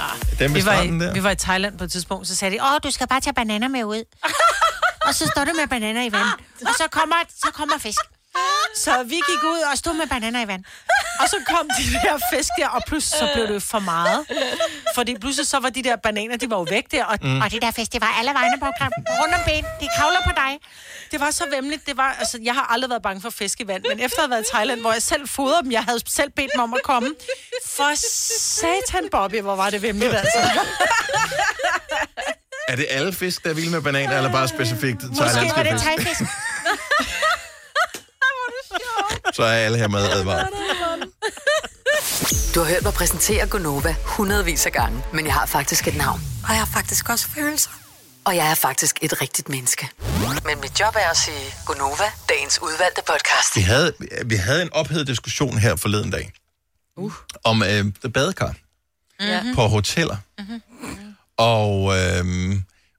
S2: Ah.
S1: Dem ved
S2: vi, var
S1: stranden der.
S2: i, vi var i Thailand på et tidspunkt, så sagde de, åh, du skal bare tage bananer med ud. og så står du med bananer i vand. Og så kommer, så kommer fisk. Så vi gik ud og stod med bananer i vand. Og så kom de der fisk der, og pludselig så blev det for meget. Fordi pludselig så var de der bananer, de var jo væk der. Og,
S12: Mm.
S2: mm. og det der fisk, det var alle vegne på kram. Rundt om ben, de kravler på dig. Det var så vemmeligt. Det var, altså, jeg har aldrig været bange for fisk i vand, men efter at have været i Thailand, hvor jeg selv fodrede dem, jeg havde selv bedt dem om at komme. For satan, Bobby, hvor var det vemmeligt, altså.
S1: Er det alle fisk, der er vilde med bananer, eller bare specifikt
S2: Måske var
S1: thailandske
S2: det
S1: fisk?
S2: thaifisk.
S1: Så er alle her med advaret.
S5: Du har hørt mig præsentere Gonova hundredvis af gange, men jeg har faktisk et navn.
S12: Og jeg har faktisk også følelser.
S5: Og jeg er faktisk et rigtigt menneske. Men mit job er at sige Gonova, dagens udvalgte podcast.
S1: Vi havde, vi havde en ophedet diskussion her forleden dag.
S5: Uh.
S1: Om øh, the badekar
S3: Mhm.
S5: Mm-hmm.
S1: på hoteller. Og øh,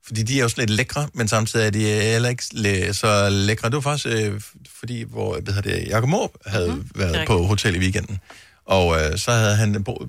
S1: fordi de er jo sådan lidt lækre, men samtidig er de øh, heller ikke læ- så lækre. Det var faktisk øh, fordi, hvor hvad hedder det, Jacob Måb havde mm-hmm. været på hotel i weekenden. Og øh, så havde han br-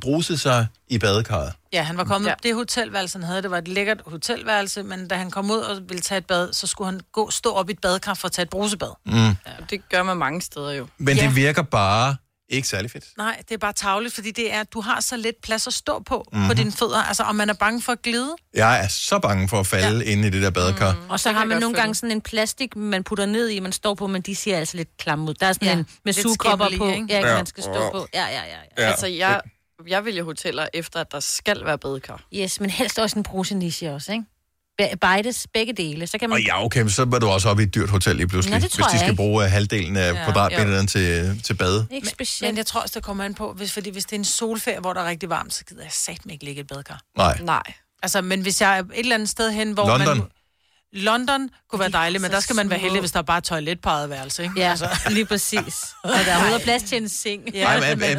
S1: bruset sig i badekarret.
S2: Ja, han var kommet. Ja. Det hotelværelse, han havde, det var et lækkert hotelværelse, men da han kom ud og ville tage et bad, så skulle han gå, stå op i et badekar for at tage et brusebad.
S1: Mm.
S4: Ja. Det gør man mange steder jo.
S1: Men ja. det virker bare ikke særlig fedt.
S2: Nej, det er bare tavligt, fordi det er, at du har så lidt plads at stå på mm-hmm. på
S1: Mhm.
S2: dine fødder. Altså, om man er bange for at glide.
S1: Jeg er så bange for at falde ja. inde i det der badekar. Mm.
S3: Og så har man nogle gange sådan en plastik, man putter ned i, man står på, men de ser altså lidt klamme ud. Der er sådan ja. en med
S4: Lidt
S3: sugekopper
S4: skimmelige,
S3: på,
S4: ikke?
S3: ja,
S4: Ja.
S3: ja. man skal stå på. Ja, ja, ja.
S4: Ja. Altså, jeg, jeg vælger hoteller efter, at der skal være badekar.
S3: ja. Yes, men helst også en brusenisje også, ikke? Be- Bejdes begge dele. Så kan man...
S1: Og ja, okay, men så var du også oppe i et dyrt hotel lige pludselig,
S3: Nå, Mm. det
S1: hvis
S3: tror
S1: de
S3: jeg
S1: skal
S3: ikke.
S1: bruge øh, halvdelen af
S2: Ja,
S1: ja, kvadratmeteren til, til bade.
S3: Ikke
S2: specielt. Men, men jeg tror også, det kommer an på, hvis, fordi hvis det er en solferie, hvor der er rigtig varmt, så gider jeg satme ikke ligge i et badekar.
S1: Nej.
S2: Nej. Altså, men hvis jeg er et eller andet sted hen, hvor
S1: London.
S2: man... London kunne være dejligt, men der skal man være heldig, hvis der er bare et toilet på eget værelse, ikke? Altså.
S3: Ja, lige præcis. Og der er overhovedet plads til en seng.
S1: Nej, men- men-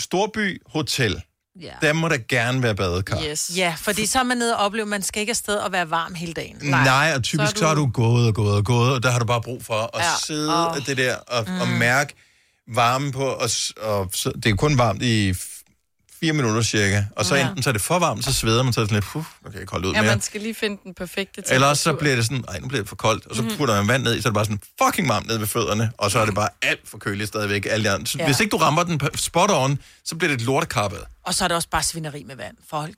S1: Storby Hotel,
S3: Ja.
S1: der må der gerne være badekar.
S4: Yes.
S2: Ja, fordi så er man nede og oplever, at man skal ikke afsted og være varm hele dagen.
S1: Nej, Nej, og typisk så er, du... så er du gået og gået og gået, og der har du bare brug for at
S2: Ja,
S1: ja. sidde
S2: åh.
S1: oh. det der og, mm. og mærke varmen på, og, s- og så, det er kun varmt i f- fire minutter cirka, og så
S4: Ja.
S1: ja. enten så er det for varmt, så sveder man, så er det sådan lidt, puh, nu kan jeg ikke holde ud
S4: Ja,
S1: mere.
S4: man skal lige finde den perfekte temperatur.
S1: Eller også så bliver det sådan, nej, nu bliver det for koldt, og så
S4: Mhm.
S1: putter man vand ned i, så er det bare sådan fucking varmt ned ved fødderne, og så er det bare alt for køligt stadigvæk. Alle de andre. Så,
S2: Ja.
S1: ja. Hvis ikke du rammer den p- spot on, så bliver det et lortekarpet.
S2: Og så er det også bare svineri med vand. Folk,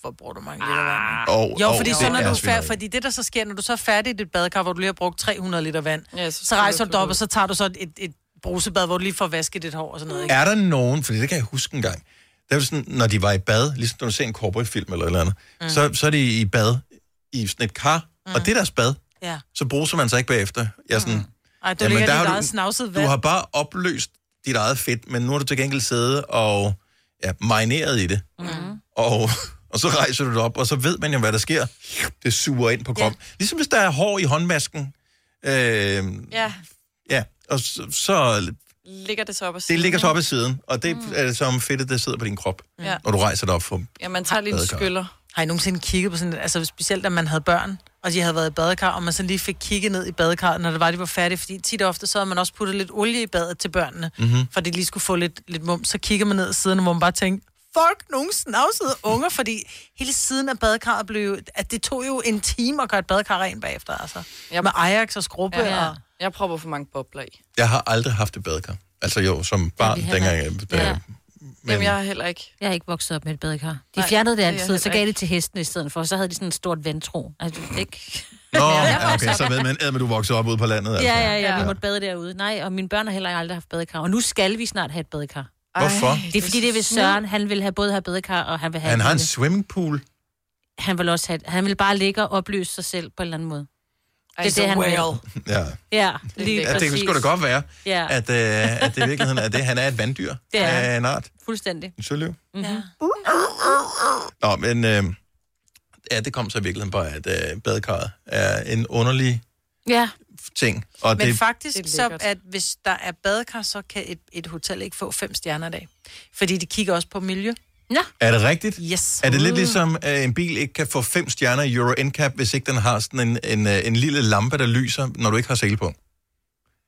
S2: hvor bruger du mange liter vand? ikke?
S1: Ah. Og-
S2: jo,
S1: og
S2: fordi,
S1: det
S2: så, når
S1: er
S2: du er
S1: svineri.
S2: færdig, fordi det, der så sker, når du så er færdig i dit badekar, hvor du lige har brugt 300 liter vand,
S4: ja,
S2: så,
S4: skal
S2: så
S4: du
S2: rejser du dig op,
S4: ud.
S2: og så tager du så et, et brusebad, hvor du lige får vasket dit hår og sådan noget. Ikke?
S1: Er der nogen, fordi det kan jeg huske engang, der var sådan, når de var i bad, ligesom når du ser en corporate film eller et eller andet,
S2: Mm.
S1: mm. så, så er de i bad i sådan et kar, mm. og det er deres bad,
S2: Ja.
S1: så bruser man sig ikke bagefter. Jeg er sådan, mm.
S2: Ej, du
S1: Jamen,
S2: ligger
S1: der
S2: i
S1: har
S2: dit
S1: du-
S2: eget snavset
S1: Du
S2: vand.
S1: har bare opløst dit eget fedt, men nu har du til gengæld siddet og ja, marineret i det. Mm. Og, og så rejser du det op, og så ved man jo, hvad der sker. Det suger ind på kroppen. Ja. Ligesom hvis der er hår i håndmasken. Øh,
S4: Ja,
S1: ja, og så, så
S4: ligger det så op og
S1: det ligger så op ad siden, og det mm. er det som fedtet, der sidder på din krop,
S4: Ja.
S1: når du rejser dig op for
S4: Ja, man tager lige en
S1: Badekar.
S4: skyller.
S2: Har I nogensinde kigget på sådan et, altså specielt da man havde børn, og de havde været i badekar, og man så lige fik kigget ned i badekarret, når det var, de var færdige, fordi tit og ofte så havde man også puttet lidt olie i badet til børnene,
S12: Mhm.
S2: for at de lige skulle få lidt, lidt mum, så kigger man ned ad siden, hvor man bare tænker, folk nogle snavsede unger, fordi hele siden af badekarret blev... At det tog jo en time at gøre et badekar rent bagefter, altså. Med Ajax og skrubbe
S4: Ja.
S2: ja. og...
S4: Jeg propper for mange bobler i.
S1: Jeg har aldrig haft et badekar. Altså jo, som barn ja, dengang. Jeg, da, ja.
S4: Men... Jamen, jeg er heller ikke.
S3: Jeg er ikke vokset op med et badekar. De
S4: Nej,
S3: fjernede det
S4: det er
S3: altid,
S4: jeg
S3: så
S4: heller
S3: gav
S4: ikke.
S3: det til hesten i stedet for. Så havde de sådan et stort ventro. Altså, ikke?
S1: Nå,
S3: Ja, jeg
S1: ja,
S3: voksede
S1: okay,
S3: op-
S1: så ved man, at du voksede op ude på landet. Altså.
S3: Ja, ja, ja, vi måtte bade derude. Nej, og mine børn har heller aldrig haft badekar. Og nu skal vi snart have et badekar.
S1: Hvorfor?
S3: Det er fordi, det er ved Søren. Han vil have både have badekar, og han vil have...
S1: Han har en
S3: lille-
S1: swimmingpool.
S3: han vil også have... Han vil bare ligge og opløse sig selv på en eller anden måde. Det er
S4: Ej, så
S3: det, han vil.
S4: well.
S1: Ja.
S3: Ja,
S1: Det,
S3: lige
S1: ja, det kan sgu da
S3: præcis.
S1: godt være,
S3: Ja.
S1: at, øh, at det i virkeligheden er det. Han er et vanddyr
S3: Det er
S1: af
S3: han.
S1: en art.
S3: Fuldstændig.
S1: En søløv.
S3: Mm-hmm. Ja.
S1: Nå, men øh, ja, det kom så i virkeligheden bare, at øh, badekarret er en underlig
S3: ja.
S1: ting. Og
S2: Men
S1: det,
S2: faktisk så, at hvis der er badekar, så kan et, et hotel ikke få fem stjerner i dag. Fordi de kigger også på miljø.
S3: Ja.
S1: Er det rigtigt?
S2: Yes.
S1: Er det lidt ligesom, at en bil ikke kan få fem stjerner i Euro NCAP, hvis ikke den har sådan en, en, øh, en lille lampe, der lyser, når du ikke har sele på?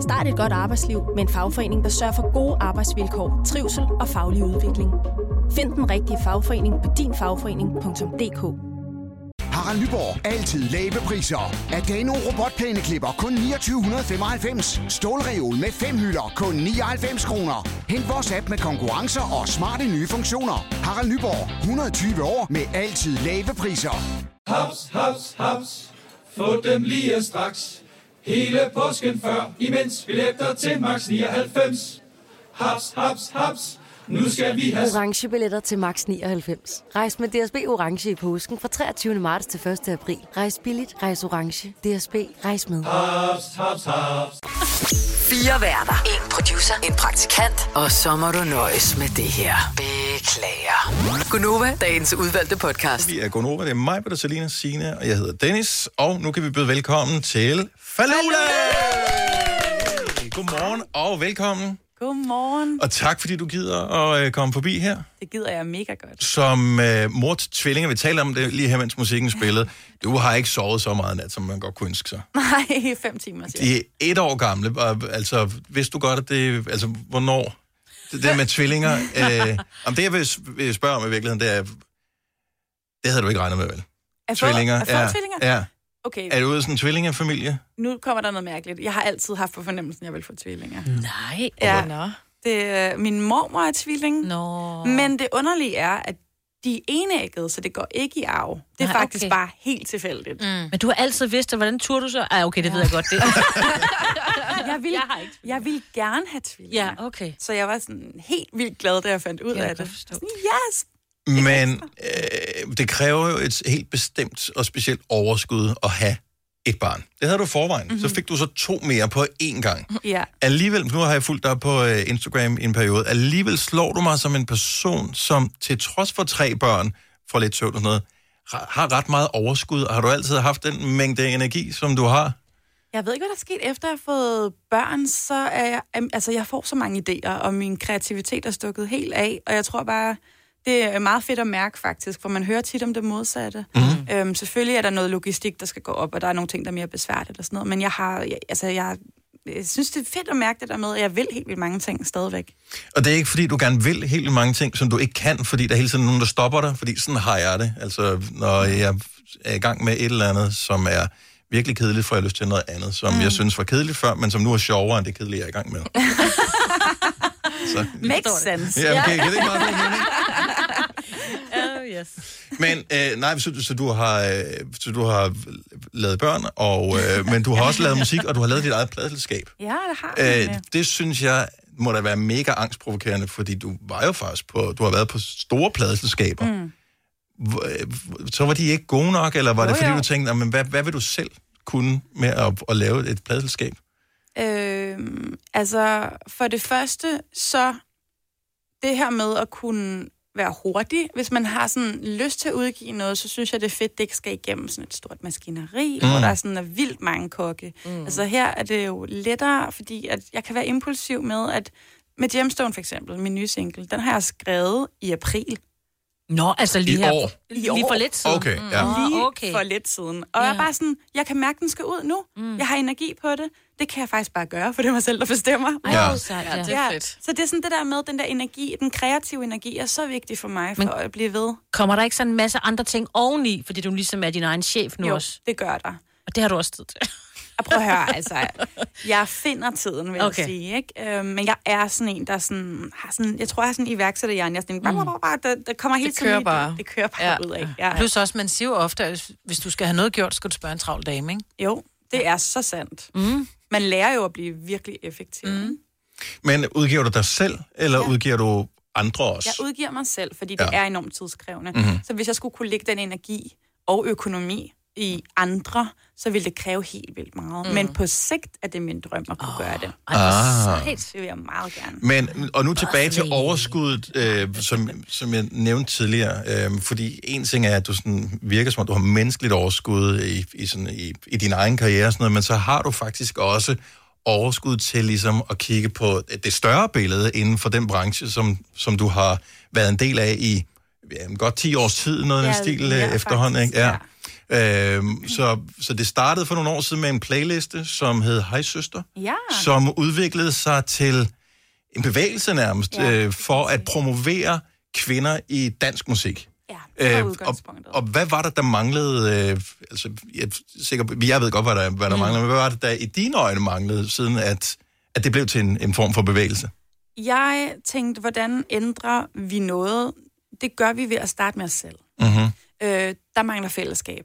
S14: Start et godt arbejdsliv med en fagforening, der sørger for gode arbejdsvilkår, trivsel og faglig udvikling. Find den rigtige fagforening på dinfagforening.dk.
S15: Harald Nyborg. Altid lave priser. Adano robotplæneklipper kun 2995. Stålreol med fem hylder kun 99 kroner. Hent vores app med konkurrencer og smarte nye funktioner. Harald Nyborg. 120 år med altid lave priser.
S16: Haps, haps, haps. Få dem lige straks. Hele påsken før, imens billetter til max 99. Haps, haps, haps. Nu skal vi have...
S17: Orange billetter til max 99. Rejs med DSB Orange i påsken fra 23. marts til 1. april. Rejs billigt, rejs orange. DSB, rejs med.
S16: Ah, Haps, haps, haps.
S5: Fire værter. En producer. En praktikant. Og så må du nøjes med det her. Beklager. Gunova, dagens udvalgte podcast.
S1: Vi er Gonova, det er mig, Peter Salina, Signe, og jeg hedder Dennis. Og nu kan vi byde velkommen til Falula! Godmorgen og velkommen.
S18: Godmorgen.
S1: Og tak, fordi du gider at øh, komme forbi her.
S18: Det gider jeg mega godt.
S1: Som øh, mor til tvillinger, vi taler om det lige her, mens musikken spillede. Du har ikke sovet så meget nat, som man godt kunne ønske sig.
S18: Nej, fem timer siger
S1: De er et år gamle, og altså, hvis du godt, at det, altså, hvornår? Det der med tvillinger, øh, om det, jeg vil s- vil spørge om i virkeligheden, det er, det havde du ikke regnet med, vel?
S18: jeg.
S1: tvillinger,
S18: Er få
S1: ja,
S18: tvillinger?
S1: ja.
S18: Okay,
S1: Er du ude i sådan en tvillingefamilie?
S18: nu kommer der noget mærkeligt. Jeg har altid haft på fornemmelsen, at jeg vil få tvillinger.
S3: Nej.
S18: Ja.
S3: Nå.
S18: Det, øh, min mormor er tvilling. Nå. Men det underlige er, at de er enæggede, så det går ikke i arv. Det er
S3: Nej,
S18: faktisk
S3: okay.
S18: bare helt tilfældigt. Mm.
S3: Men du har altid vidst det. Hvordan turde du så? Ej, okay, det ved jeg godt. Det.
S18: Jeg ville, jeg, jeg ville gerne have tvillinger.
S3: Ja, okay.
S18: Så jeg var sådan helt vildt glad, da jeg fandt ud af det. Sådan, yes!
S1: Men øh, det kræver jo et helt bestemt og specielt overskud at have et barn. Det havde du i forvejen. Mm-hmm. Så fik du så to mere på én gang.
S18: Ja.
S1: Alligevel, nu har jeg fulgt dig på øh, Instagram i en periode, alligevel slår du mig som en person, som til trods for tre børn, får lidt søvn og sådan noget, ra- har ret meget overskud, og har du altid haft den mængde energi, som du har?
S18: Jeg ved ikke, hvad der er sket efter jeg har fået børn, så er jeg, am- altså jeg får så mange idéer, og min kreativitet er stukket helt af, og jeg tror bare, det er meget fedt at mærke faktisk, for man hører tit om det modsatte. Mm. Øhm, selvfølgelig er der noget logistik, der skal gå op, og der er nogle ting, der er mere besværligt eller sådan noget, men jeg har, jeg, altså jeg, jeg synes, det er fedt at mærke det der med, at jeg vil helt vildt mange ting stadigvæk.
S1: Og det er ikke, fordi du gerne vil helt vildt mange ting, som du ikke kan, fordi der er hele tiden nogen, der stopper dig, fordi sådan har jeg det. Altså, når jeg er i gang med et eller andet, som er virkelig kedeligt, får jeg lyst til noget andet, som mm. jeg synes var kedeligt før, men som nu er sjovere end det kedelige, jeg er i gang med. Så.
S18: Makes sense.
S1: Ja, okay, det er ikke meget god mening.
S2: Oh, yes.
S1: Men øh, nej, så, så, du har, øh, så du har lavet børn, og, øh, men du har også lavet musik, og du har lavet dit eget pladselskab.
S18: Ja, det har
S1: Øh,
S18: jeg. Øh,
S1: det synes jeg må da være mega angstprovokerende, fordi du var jo faktisk på, du har været på store pladselskaber.
S18: Mm.
S1: Hvor- øh, Så var de ikke gode nok, eller var
S18: Jo,
S1: det fordi,
S18: jo.
S1: du tænkte, "Nå, men hvad, hvad vil du selv kunne med at, at lave et pladselskab?
S18: Øhm, altså, for det første, så det her med at kunne være hurtig. Hvis man har sådan lyst til at udgive noget, så synes jeg, det er fedt, det ikke skal igennem sådan et stort maskineri,
S7: Mm.
S18: mm. hvor der sådan er vildt mange kokke. Mm. Altså her er det jo lettere, fordi at jeg kan være impulsiv med, at med Gemstone for eksempel, min nye single, den har jeg skrevet i april.
S3: Nå, altså lige
S18: I
S3: her.
S18: år?
S3: Lige for lidt siden.
S18: Okay,
S3: Mm.
S18: ja.
S3: Nå,
S18: Lige
S3: okay.
S18: for lidt siden. Og
S3: Ja.
S18: ja. jeg er bare sådan, jeg kan mærke, den skal ud nu. Mm. Jeg har energi på det. Det kan jeg faktisk bare gøre, for det er mig selv, der bestemmer.
S3: Ej, Ja. hvor sejt, ja. Ja, det er fedt.
S18: Så det er sådan det der med, den der energi, den kreative energi, er så vigtig for mig, for
S3: Men-
S18: Men... at blive ved.
S3: Kommer der ikke sådan en masse andre ting oveni, fordi du ligesom er din egen chef nu
S18: Jo,
S3: også?
S18: det gør der.
S3: Og det har du også tid til.
S18: Og prøv at høre, altså, jeg finder tiden, vil okay.
S3: Okay.
S18: jeg sige, ikke? Øhm, men jeg er sådan en, der sådan, har sådan, jeg tror, jeg har sådan en iværksætterhjerne, jeg er sådan, mm. der, der kommer hele
S2: Det
S18: tiden
S2: kører
S18: lige-
S2: bare.
S18: Det, det kører bare ja. ud af. Ja.
S2: Plus også, man siger jo ofte, at hvis du skal have noget gjort, skal du spørge en travl dame, ikke?
S18: Jo, det er så sandt. Mm. Man lærer jo at blive virkelig effektiv. Mm.
S1: Men udgiver du dig selv, eller ja. udgiver du andre også?
S18: Jeg udgiver mig selv, fordi det
S1: Ja.
S18: ja. er enormt tidskrævende.
S1: Mhm.
S18: Mm-hmm. Så hvis jeg skulle kunne lægge den energi og økonomi i andre, så ville det kræve helt vildt meget.
S1: Mm.
S18: Mm. Men på sigt er det min drøm at kunne oh, gøre det.
S1: ej, hvor Ah.
S18: Det vil jeg meget gerne.
S1: Men, og nu tilbage til overskuddet, øh, som, som jeg nævnte tidligere. Øh, fordi en ting er, at du sådan virker som om, du har menneskeligt overskud i, i, sådan, i, i din egen karriere og sådan noget, men så har du faktisk også overskud til ligesom at kigge på det større billede inden for den branche, som, som du har været en del af i ja, godt 10 års tid, noget af den
S19: Ja,
S1: stil
S19: ja,
S1: ja, efterhånden.
S19: faktisk,
S1: Ikke? Ja. Øhm, så, så det startede for nogle år siden med en playliste, som hed Hej Søster,
S18: Ja.
S1: som udviklede sig til en bevægelse nærmest ja,
S18: Ja,
S1: øh, for at promovere kvinder i dansk musik. Ja, øh, og, og hvad var det, der manglede? Øh, altså, jeg, er sikker, på- jeg ved godt, hvad der, hvad der mm. manglede, men hvad var det, der i dine øjne manglede, siden at, at det blev til en, en form for bevægelse?
S18: Jeg tænkte, hvordan ændrer vi noget? Det gør vi ved at starte med os selv.
S1: Mm-hmm.
S18: Øh, der mangler fællesskab.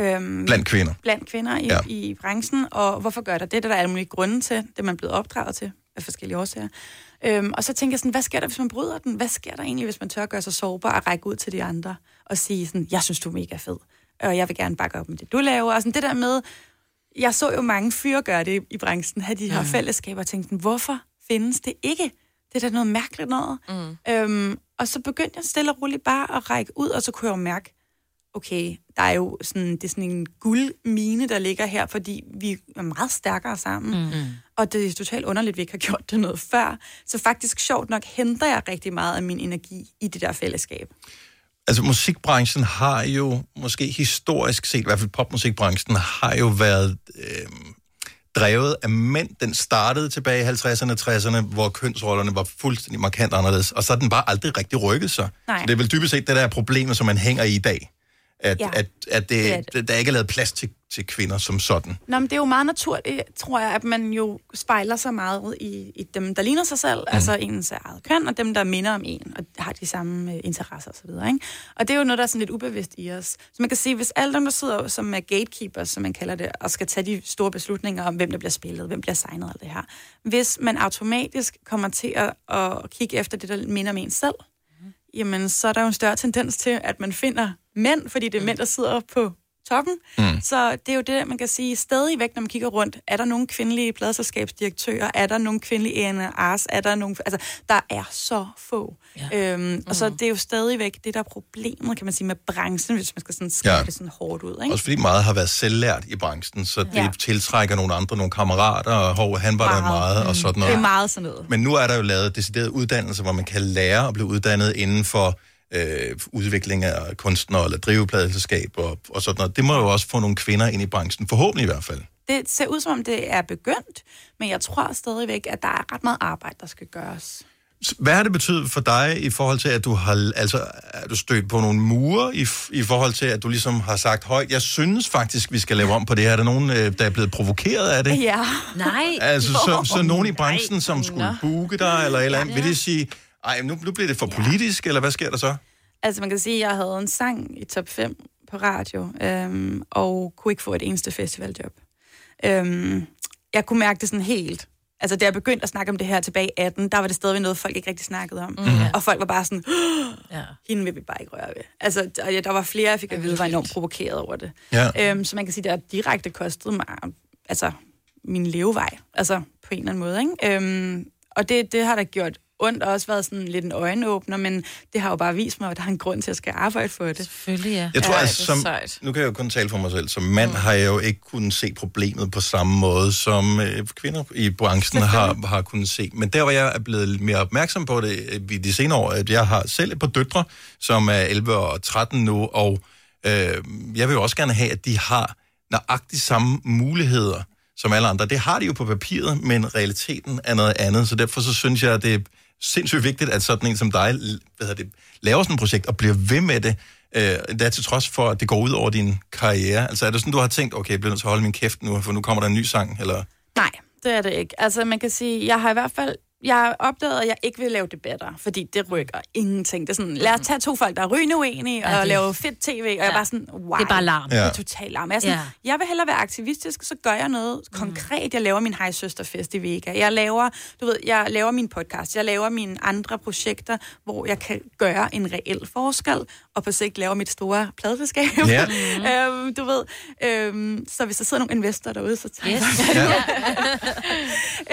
S18: Øhm,
S1: Blandt kvinder.
S18: Blandt kvinder i,
S1: Ja.
S18: ja. i branchen, og hvorfor gør der det? Det er der alle mulige grunde til, det er man er blevet opdraget til af forskellige årsager. Øhm, og så tænker jeg sådan, hvad sker der, hvis man bryder den? Hvad sker der egentlig, hvis man tør at gøre sig sårbar og række ud til de andre og sige sådan, jeg synes, du er mega fed, og jeg vil gerne bakke op med det, du laver. Og sådan det der med, jeg så jo mange fyre gøre det i, i branchen, have de her
S20: Mm.
S18: mm. fællesskaber og tænkte, sådan, hvorfor findes det ikke? Det er da noget mærkeligt noget.
S20: Mm.
S18: Øhm, og så begyndte jeg stille og roligt bare at række ud, og så kunne jeg jo mærke, okay, der er jo sådan, det er sådan en guldmine, der ligger her, fordi vi er meget stærkere sammen. Mm. Og det er totalt underligt, at vi ikke har gjort det noget før. Så faktisk sjovt nok henter jeg rigtig meget af min energi i det der fællesskab.
S1: Altså musikbranchen har jo, måske historisk set, i hvert fald popmusikbranchen, har jo været øh, drevet af mænd. Den startede tilbage i 50'erne og 60'erne, hvor kønsrollerne var fuldstændig markant anderledes, og så har den bare aldrig rigtig rykket sig.
S19: Nej.
S1: Så det er vel dybest set det der problem, som man hænger i i dag. At, ja.
S18: Ja.
S1: at, at
S18: Det er
S1: det, det. der ikke er lavet plads til, til kvinder som sådan.
S18: Nå, men det er jo meget naturligt, tror jeg, at man jo spejler sig meget i, i dem, der ligner sig selv, mm. altså ens eget køn, og dem, der minder om en, og har de samme øh, interesser osv. Og, og det er jo noget, der er sådan lidt ubevidst i os. Så man kan sige, hvis alle dem, der sidder som er gatekeepers, som man kalder det, og skal tage de store beslutninger om, hvem der bliver spillet, hvem bliver signet og alt det her, hvis man automatisk kommer til at, at kigge efter det, der minder om en selv, jamen så er der jo en større tendens til, at man finder mænd, fordi det er mænd, der sidder på toppen.
S1: Mm.
S18: Så det er jo det, man kan sige stadigvæk, når man kigger rundt. Er der nogle kvindelige pladselskabsdirektører? Er der nogle kvindelige A&R's? Er der nogle... Altså, der er så få. Ja. Øhm, mm. Og så
S1: Mm-hmm.
S18: det er jo stadigvæk det, der er problemet, kan man sige, med branchen, hvis man skal sådan skrive
S1: Ja.
S18: ja. det sådan hårdt ud. Ikke?
S1: Også fordi meget har været selvlært i branchen, så det ja.
S18: Ja.
S1: tiltrækker nogle andre, nogle kammerater, og hov, han var der meget, og sådan
S18: Mm.
S1: noget.
S18: Det er meget sådan noget.
S1: Men nu er der jo lavet deciderede uddannelser, hvor man kan lære at blive uddannet inden for øh, udvikling af kunstnere eller drivepladselskab og, og sådan noget. Det må jo også få nogle kvinder ind i branchen, forhåbentlig i hvert fald.
S18: Det ser ud som om, det er begyndt, men jeg tror stadigvæk, at der er ret meget arbejde, der skal gøres.
S1: Hvad har det betydet for dig i forhold til, at du har altså, er du stødt på nogle mure, i, f- i forhold til, at du ligesom har sagt højt, jeg synes faktisk, vi skal lave om på det her. Er der nogen, øh, der er blevet provokeret af det?
S18: Ja.
S3: Nej.
S1: Altså, så, så nogen i branchen,
S3: Nej.
S1: som skulle
S18: Nå.
S1: booke dig eller et eller andet, vil det sige, ej, nu, nu bliver det for politisk, eller hvad sker der så?
S18: Altså man kan sige, at jeg havde en sang i top 5 på radio, øhm, og kunne ikke få et eneste festivaljob. Øhm, jeg kunne mærke det sådan helt. Altså da jeg begyndte at snakke om det her tilbage i 18, der var det stadigvæk noget, folk ikke rigtig snakkede om.
S2: Mhm.
S18: Og folk var bare sådan, ja. hende vil vi bare ikke røre ved. Altså der, ja, der var flere, jeg fik at vide, var enormt provokeret over det.
S1: Ja.
S18: Øhm, så man kan sige, det har direkte kostet mig altså, min levevej, altså på en eller anden måde. Ikke? Øhm, og det, det har da gjort ondt, og også været sådan lidt en øjenåbner, men det har jo bare vist mig, at der er en grund til, at jeg skal arbejde for det.
S3: Selvfølgelig, ja.
S1: Jeg tror, ja, altså, som, nu kan jeg jo kun tale for mig selv. Som mand mm. har jeg jo ikke kunnet se problemet på samme måde, som øh, kvinder i branchen har, har kunnet se. Men der, hvor jeg er blevet mere opmærksom på det øh, i de senere år, at jeg har selv et par døtre, som er 11 og 13 nu, og øh, jeg vil jo også gerne have, at de har nøjagtigt samme muligheder som alle andre. Det har de jo på papiret, men realiteten er noget andet, så derfor så synes jeg, at det er sindssygt vigtigt, at sådan en som dig l- hvad hedder det, laver sådan et projekt og bliver ved med det, øh, der til trods for, at det går ud over din karriere. Altså er det sådan, du har tænkt, okay, jeg bliver nødt til at holde min kæft nu, for nu kommer der en ny sang, eller...
S18: Nej, det er det ikke. Altså, man kan sige, jeg har i hvert fald jeg har opdaget, at jeg ikke vil lave debatter, fordi det rykker ingenting. Det er sådan, lad os tage to folk, der er rygende uenige, og
S3: Mhm. Ja,
S18: ja,
S3: det-
S18: lave fedt tv, og ja. jeg er bare sådan, wow.
S3: Det er bare larm.
S18: Det
S3: Ja.
S18: er total larm. Jeg, er sådan, ja. jeg vil hellere være aktivistisk, så gør jeg noget
S3: Mhm.
S18: konkret. Jeg laver min Hej Søsterfest i Vega. Jeg laver, du ved, jeg laver min podcast. Jeg laver mine andre projekter, hvor jeg kan gøre en reel forskel, og på sigt laver mit store pladeselskab.
S21: Ja.
S18: øhm, du ved, øhm, så hvis der sidder nogle investorer derude, så tager yes
S21: Ja.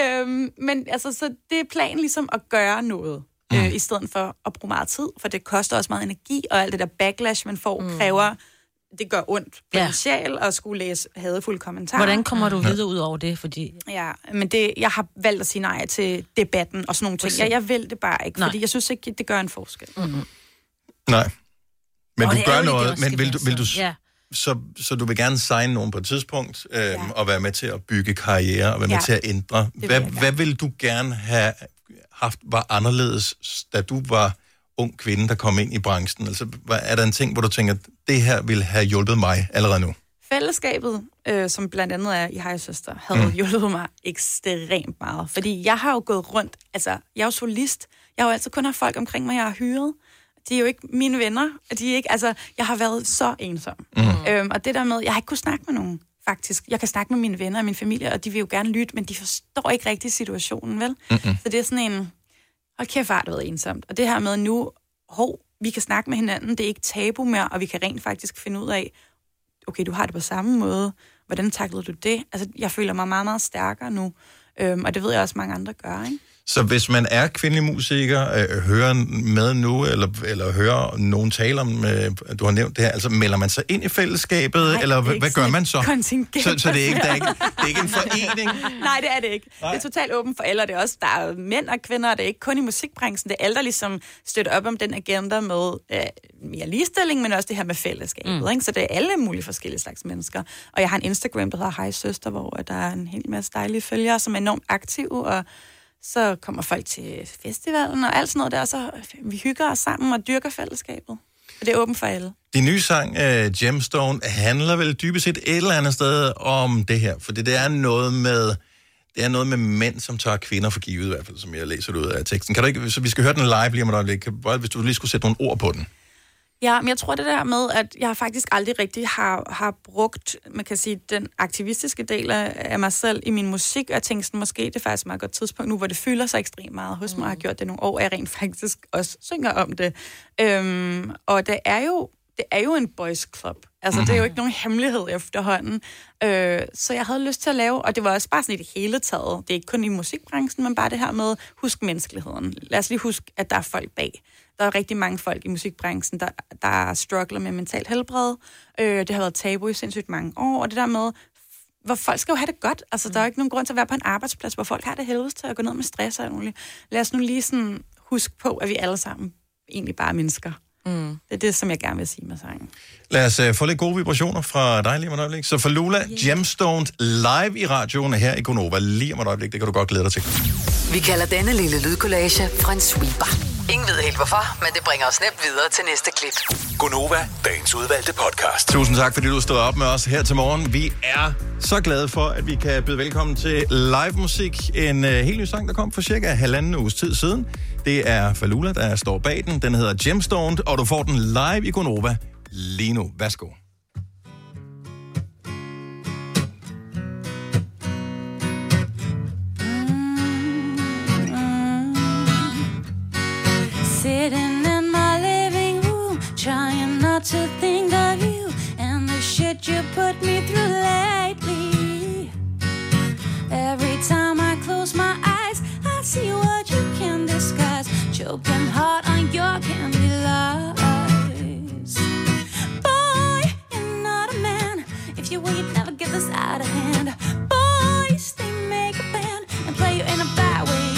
S18: øhm, men altså, så det er planen ligesom at gøre noget, mm. øh, i stedet for at bruge meget tid, for det koster også meget energi, og alt det der backlash, man får, mm. kræver, det gør ondt på
S3: Ja.
S18: ja. sjæl, og skulle læse hadefulde kommentarer.
S3: Hvordan kommer du videre ud over det? Fordi...
S18: Ja, men det, jeg har valgt at sige nej til debatten og sådan nogle ting.
S3: Præcis.
S18: Jeg, jeg vil det bare ikke,
S3: Nej. Mm-hmm.
S18: fordi jeg synes ikke, det gør en forskel. Mm.
S1: Nej. Men
S18: Åh,
S1: du
S18: det er
S1: gør
S18: ærgerligt, det
S1: noget,
S18: også
S1: men
S18: skal
S1: vil du,
S18: være
S1: vil du,
S18: sådan. Ja.
S1: så, så du vil gerne signe nogen på et tidspunkt, øh, ja. og være med til at bygge karriere, og være ja.
S18: Ja.
S1: med til at ændre.
S18: vil
S1: Hvad,
S18: jeg gerne.
S1: hvad vil du gerne have haft, var anderledes, da du var ung kvinde, der kom ind i branchen? Altså, hvad, er der en ting, hvor du tænker, det her ville have hjulpet mig allerede nu?
S18: Fællesskabet, øh, som blandt andet er i Hej Søster, havde
S1: Mm.
S18: mm. hjulpet mig ekstremt meget. Fordi jeg har jo gået rundt, altså jeg er jo solist, jeg har jo altid kun haft folk omkring mig, jeg har hyret. De er jo ikke mine venner, og de er ikke, altså jeg har været så ensom. Mm. Øhm, og det der med, jeg har ikke kunnet snakke med nogen, faktisk. Jeg kan snakke med mine venner og min familie, og de vil jo gerne lytte, men de forstår ikke rigtig situationen, vel?
S21: Mm-mm.
S18: Så det er sådan en, hold kæft, hvor har det været ensomt. Og det her med nu, hov, vi kan snakke med hinanden, det er ikke tabu mere, og vi kan rent faktisk finde ud af, okay, du har det på samme måde, hvordan taklede du det? Altså, jeg føler mig meget, meget stærkere nu, øhm, og det ved jeg også, mange andre gør, ikke?
S1: Så hvis man er kvindelig musiker, øh, hører med nu, eller, eller hører nogen tale om, øh, du har nævnt det her, altså melder man sig ind i fællesskabet,
S18: Nej,
S1: Nej, eller
S18: det er
S1: hvad,
S18: ikke
S1: hvad gør
S18: sådan
S1: man
S18: et
S1: så?
S18: kontingent,
S1: Så, så det er ikke, der er
S18: der
S1: ikke, det er ikke en forening?
S18: Nej, det er det ikke. Nej. Det er totalt åbent for alle, og det er også, der er mænd og kvinder, og det er ikke kun i musikbranchen, det er alle, der ligesom støtter op om den agenda med øh, mere ligestilling, men også det her med fællesskabet,
S7: Mm.
S18: mm. ikke? Så det er alle mulige forskellige slags mennesker. Og jeg har en Instagram, der hedder Hej Søster, hvor øh, der er en hel masse dejlige følgere, som er enormt aktive, og så kommer folk til festivalen og alt sådan noget der, og så øh, vi hygger os sammen og dyrker fællesskabet. Og det er åbent for alle.
S1: Din nye sang, øh, Gemstone, handler vel dybest set et eller andet sted om det her, for det er noget med... Det er noget med mænd, som tager kvinder for givet, i hvert fald, som jeg læser det ud af teksten. Kan du ikke, så vi skal høre den live lige om et øjeblik. Kan- Hvis du lige skulle sætte nogle ord på den.
S18: Ja, men jeg tror det der med, at jeg faktisk aldrig rigtig har, har brugt, man kan sige, den aktivistiske del af, af mig selv i min musik, og jeg tænkte sådan, måske det er faktisk et meget godt tidspunkt nu, hvor det fylder sig ekstremt meget hos mig, og jeg har gjort det nogle år, og jeg rent faktisk også synger om det. Øhm, og det er jo det er jo en boys club. Altså, det er jo ikke nogen hemmelighed efterhånden. Øh, så jeg havde lyst til at lave, og det var også bare sådan i det hele taget. Det er ikke kun i musikbranchen, men bare det her med, husk menneskeligheden. Lad os lige huske, at der er folk bag. Der er rigtig mange folk i musikbranchen, der, der struggler med mentalt helbred. Øh, det har været tabu i sindssygt mange år, og det der med, hvor folk skal jo have det godt. Altså, der er jo ikke nogen grund til at være på en arbejdsplads, hvor folk har det helvedes til at gå ned med stress og alt muligt. Lad os nu lige sådan huske på, at vi alle sammen egentlig bare er mennesker.
S4: Mm.
S18: Det er det, som jeg gerne vil sige med sangen.
S1: Lad os uh, få lidt gode vibrationer fra dig lige om et øjeblik. Så for Lula, yeah. Gemstoned live i radioen her i Gonova lige om et øjeblik. Det kan du godt glæde dig til.
S5: Vi kalder denne lille lydkollage en sweeper. Ingen ved helt hvorfor, men det bringer os nemt videre til næste klip.
S22: Gonova, dagens udvalgte podcast.
S1: Tusind tak, fordi du stod op med os her til morgen. Vi er så glade for, at vi kan byde velkommen til live musik. En uh, helt ny sang, der kom for cirka halvanden uges tid siden. Det er Falula, der står bag den. Den hedder Gemstoned, og du får den live i Gonova lige nu. Værsgo.
S21: Sitting in my living room, trying not to think of you and the shit you put me through lately. Every time I close my eyes, I see what you can disguise. Choking hard on your candy lies. Boy, you're not a man. If you will, you'd never get this out of hand. Boys, they make a band and play you in a bad way.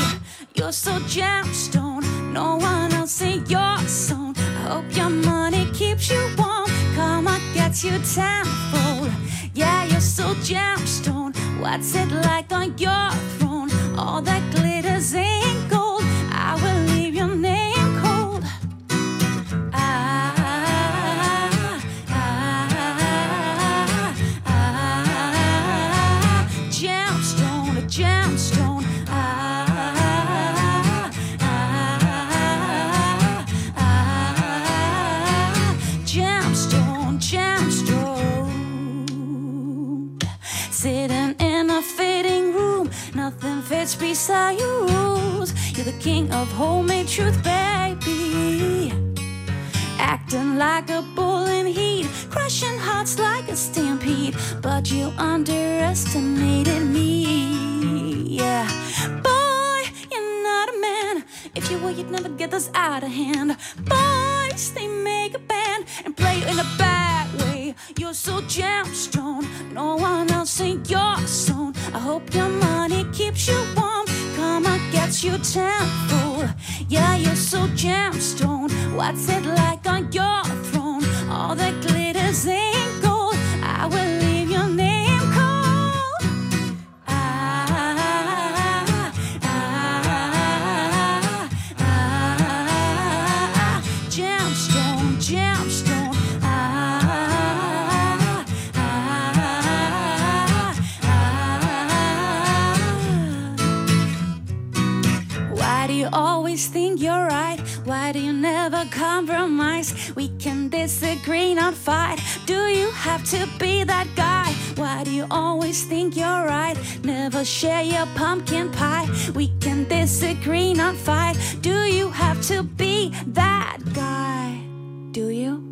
S21: You're so gemstone, no one else in your zone. I hope your money keeps you warm. Karma gets you tenfold. Yeah, you're so gemstone. What's it like on your throne? All that glitters ain't gold. I will leave your name cold. Ah, ah, ah, gemstone, a gemstone. Ah, ah, ah, gemstone, gemstone. Sitting in a fitting room, nothing fits beside your rules. You're the king of homemade truth, baby. Acting like a bull in heat, crushing hearts like a stampede. But you underestimated me. Yeah. Boy, you're not a man. If you were, you'd never get this out of hand. Boys, they make a band and play you in a bad way. You're so gemstone, no one else in your zone. I hope your money keeps you warm. Come on, gets you tenfold. Yeah, you're so gemstone. What's it like on your throne? All that glitters ain't gold. I will leave your name cold. Ah, ah, ah, gemstone, gemstone. Ah, ah, ah, ah. Why do you always think you're right? Why do you never compromise? We can disagree, not fight. Do you have to be that guy? Why do you always think you're right? Never share your pumpkin pie. We can disagree, not fight. Do you have to be that guy? Do you?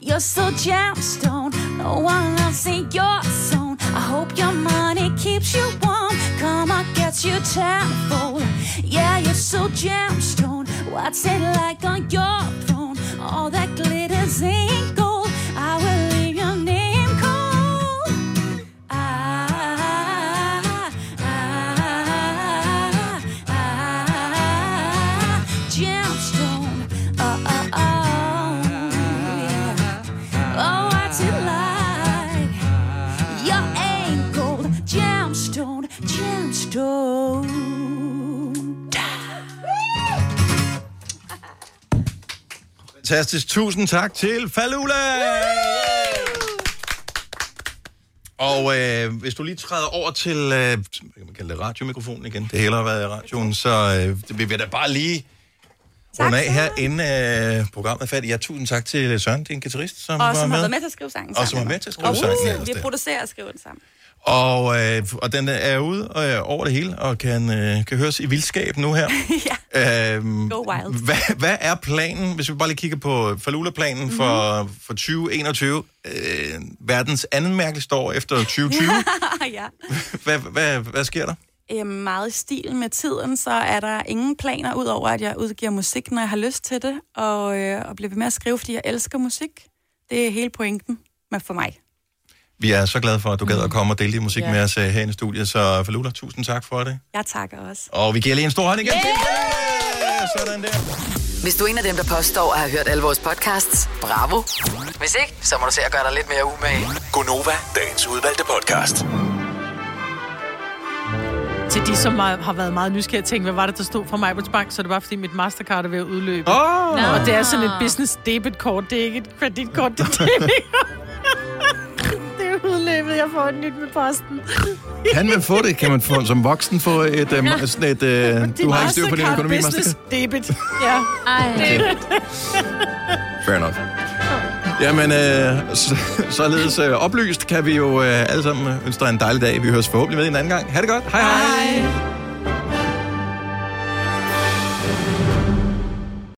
S21: You're so gemstone, no one else in your zone. I hope your money keeps you warm. Come on, gets you tenfold. Yeah, you're so gemstone. What's it like on your throne? All that glitters ain't gold. I will leave your name cold. Ah, ah, ah, ah, gemstone. Oh, oh, oh, yeah. Oh, what's it like? Your ain't gold, gemstone, gemstone.
S1: Fantastisk. Tusind tak til Falula! Og øh, hvis du lige træder over til, øh, hvad kan man kalde det, radiomikrofonen igen, det hele har været i radioen, så øh, det vil vi da bare lige runde af her, inden øh, programmet er færdigt. Ja, tusind tak til Søren, din guitarist, som var
S18: Og som
S1: med.
S18: har været med til at skrive sangen
S1: Og som
S18: sammen
S1: var med
S18: mig.
S1: til at skrive
S18: Og
S1: sangen,
S18: vi-
S1: ja, også
S18: Vi
S1: det.
S18: producerer og skriver den sammen.
S1: Og, øh, og den er ude øh, over det hele, og kan, øh, kan høres i vildskab nu her. ja. øhm,
S18: Go wild.
S1: Hvad, hvad er planen, hvis vi bare lige kigger på Falula-planen for,
S18: Mhm.
S1: mm-hmm. for 2021? Øh, verdens anden mærke står efter 2020.
S18: ja.
S1: hvad, hvad, hvad sker der?
S18: øh, meget i stil med tiden, så er der ingen planer, udover at jeg udgiver musik, når jeg har lyst til det, og, øh, og bliver ved med at skrive, fordi jeg elsker musik. Det er hele pointen med for mig.
S1: Vi er så glade for, at du gad at komme og dele din musik
S18: Ja.
S1: yeah. med os øh, herinde i studiet. Så Falula, tusind tak for det.
S18: Jeg takker også.
S1: Og vi giver lige en stor hånd igen.
S18: Yeah!
S1: sådan der.
S5: Hvis du er en af dem, der påstår at have hørt alle vores podcasts, bravo. Hvis ikke, så må du se at gøre dig lidt mere umage.
S22: Gonova, dagens udvalgte podcast.
S2: Til de, som har, har været meget nysgerrige og tænkt, hvad var det, der stod for mig på bank, så er det bare fordi mit Mastercard er ved at udløbe.
S1: Oh.
S2: Og det er sådan et business debit kort, det er ikke et kreditkort, det er debit Det er udløbet, jeg får et nyt med posten.
S1: Kan man få det? Kan man få, som voksen få et, øhm, sådan et... Øh, du har ikke styr på din
S2: Mastercard
S1: økonomi,
S2: business
S1: Mastercard?
S2: debit. Ja. Ej. Debit.
S1: Fair enough. Jamen, øh, så, således øh, oplyst kan vi jo øh, alle sammen ønske dig en dejlig dag. Vi høres forhåbentlig med en anden gang. Ha' det godt. Hej hej. hej.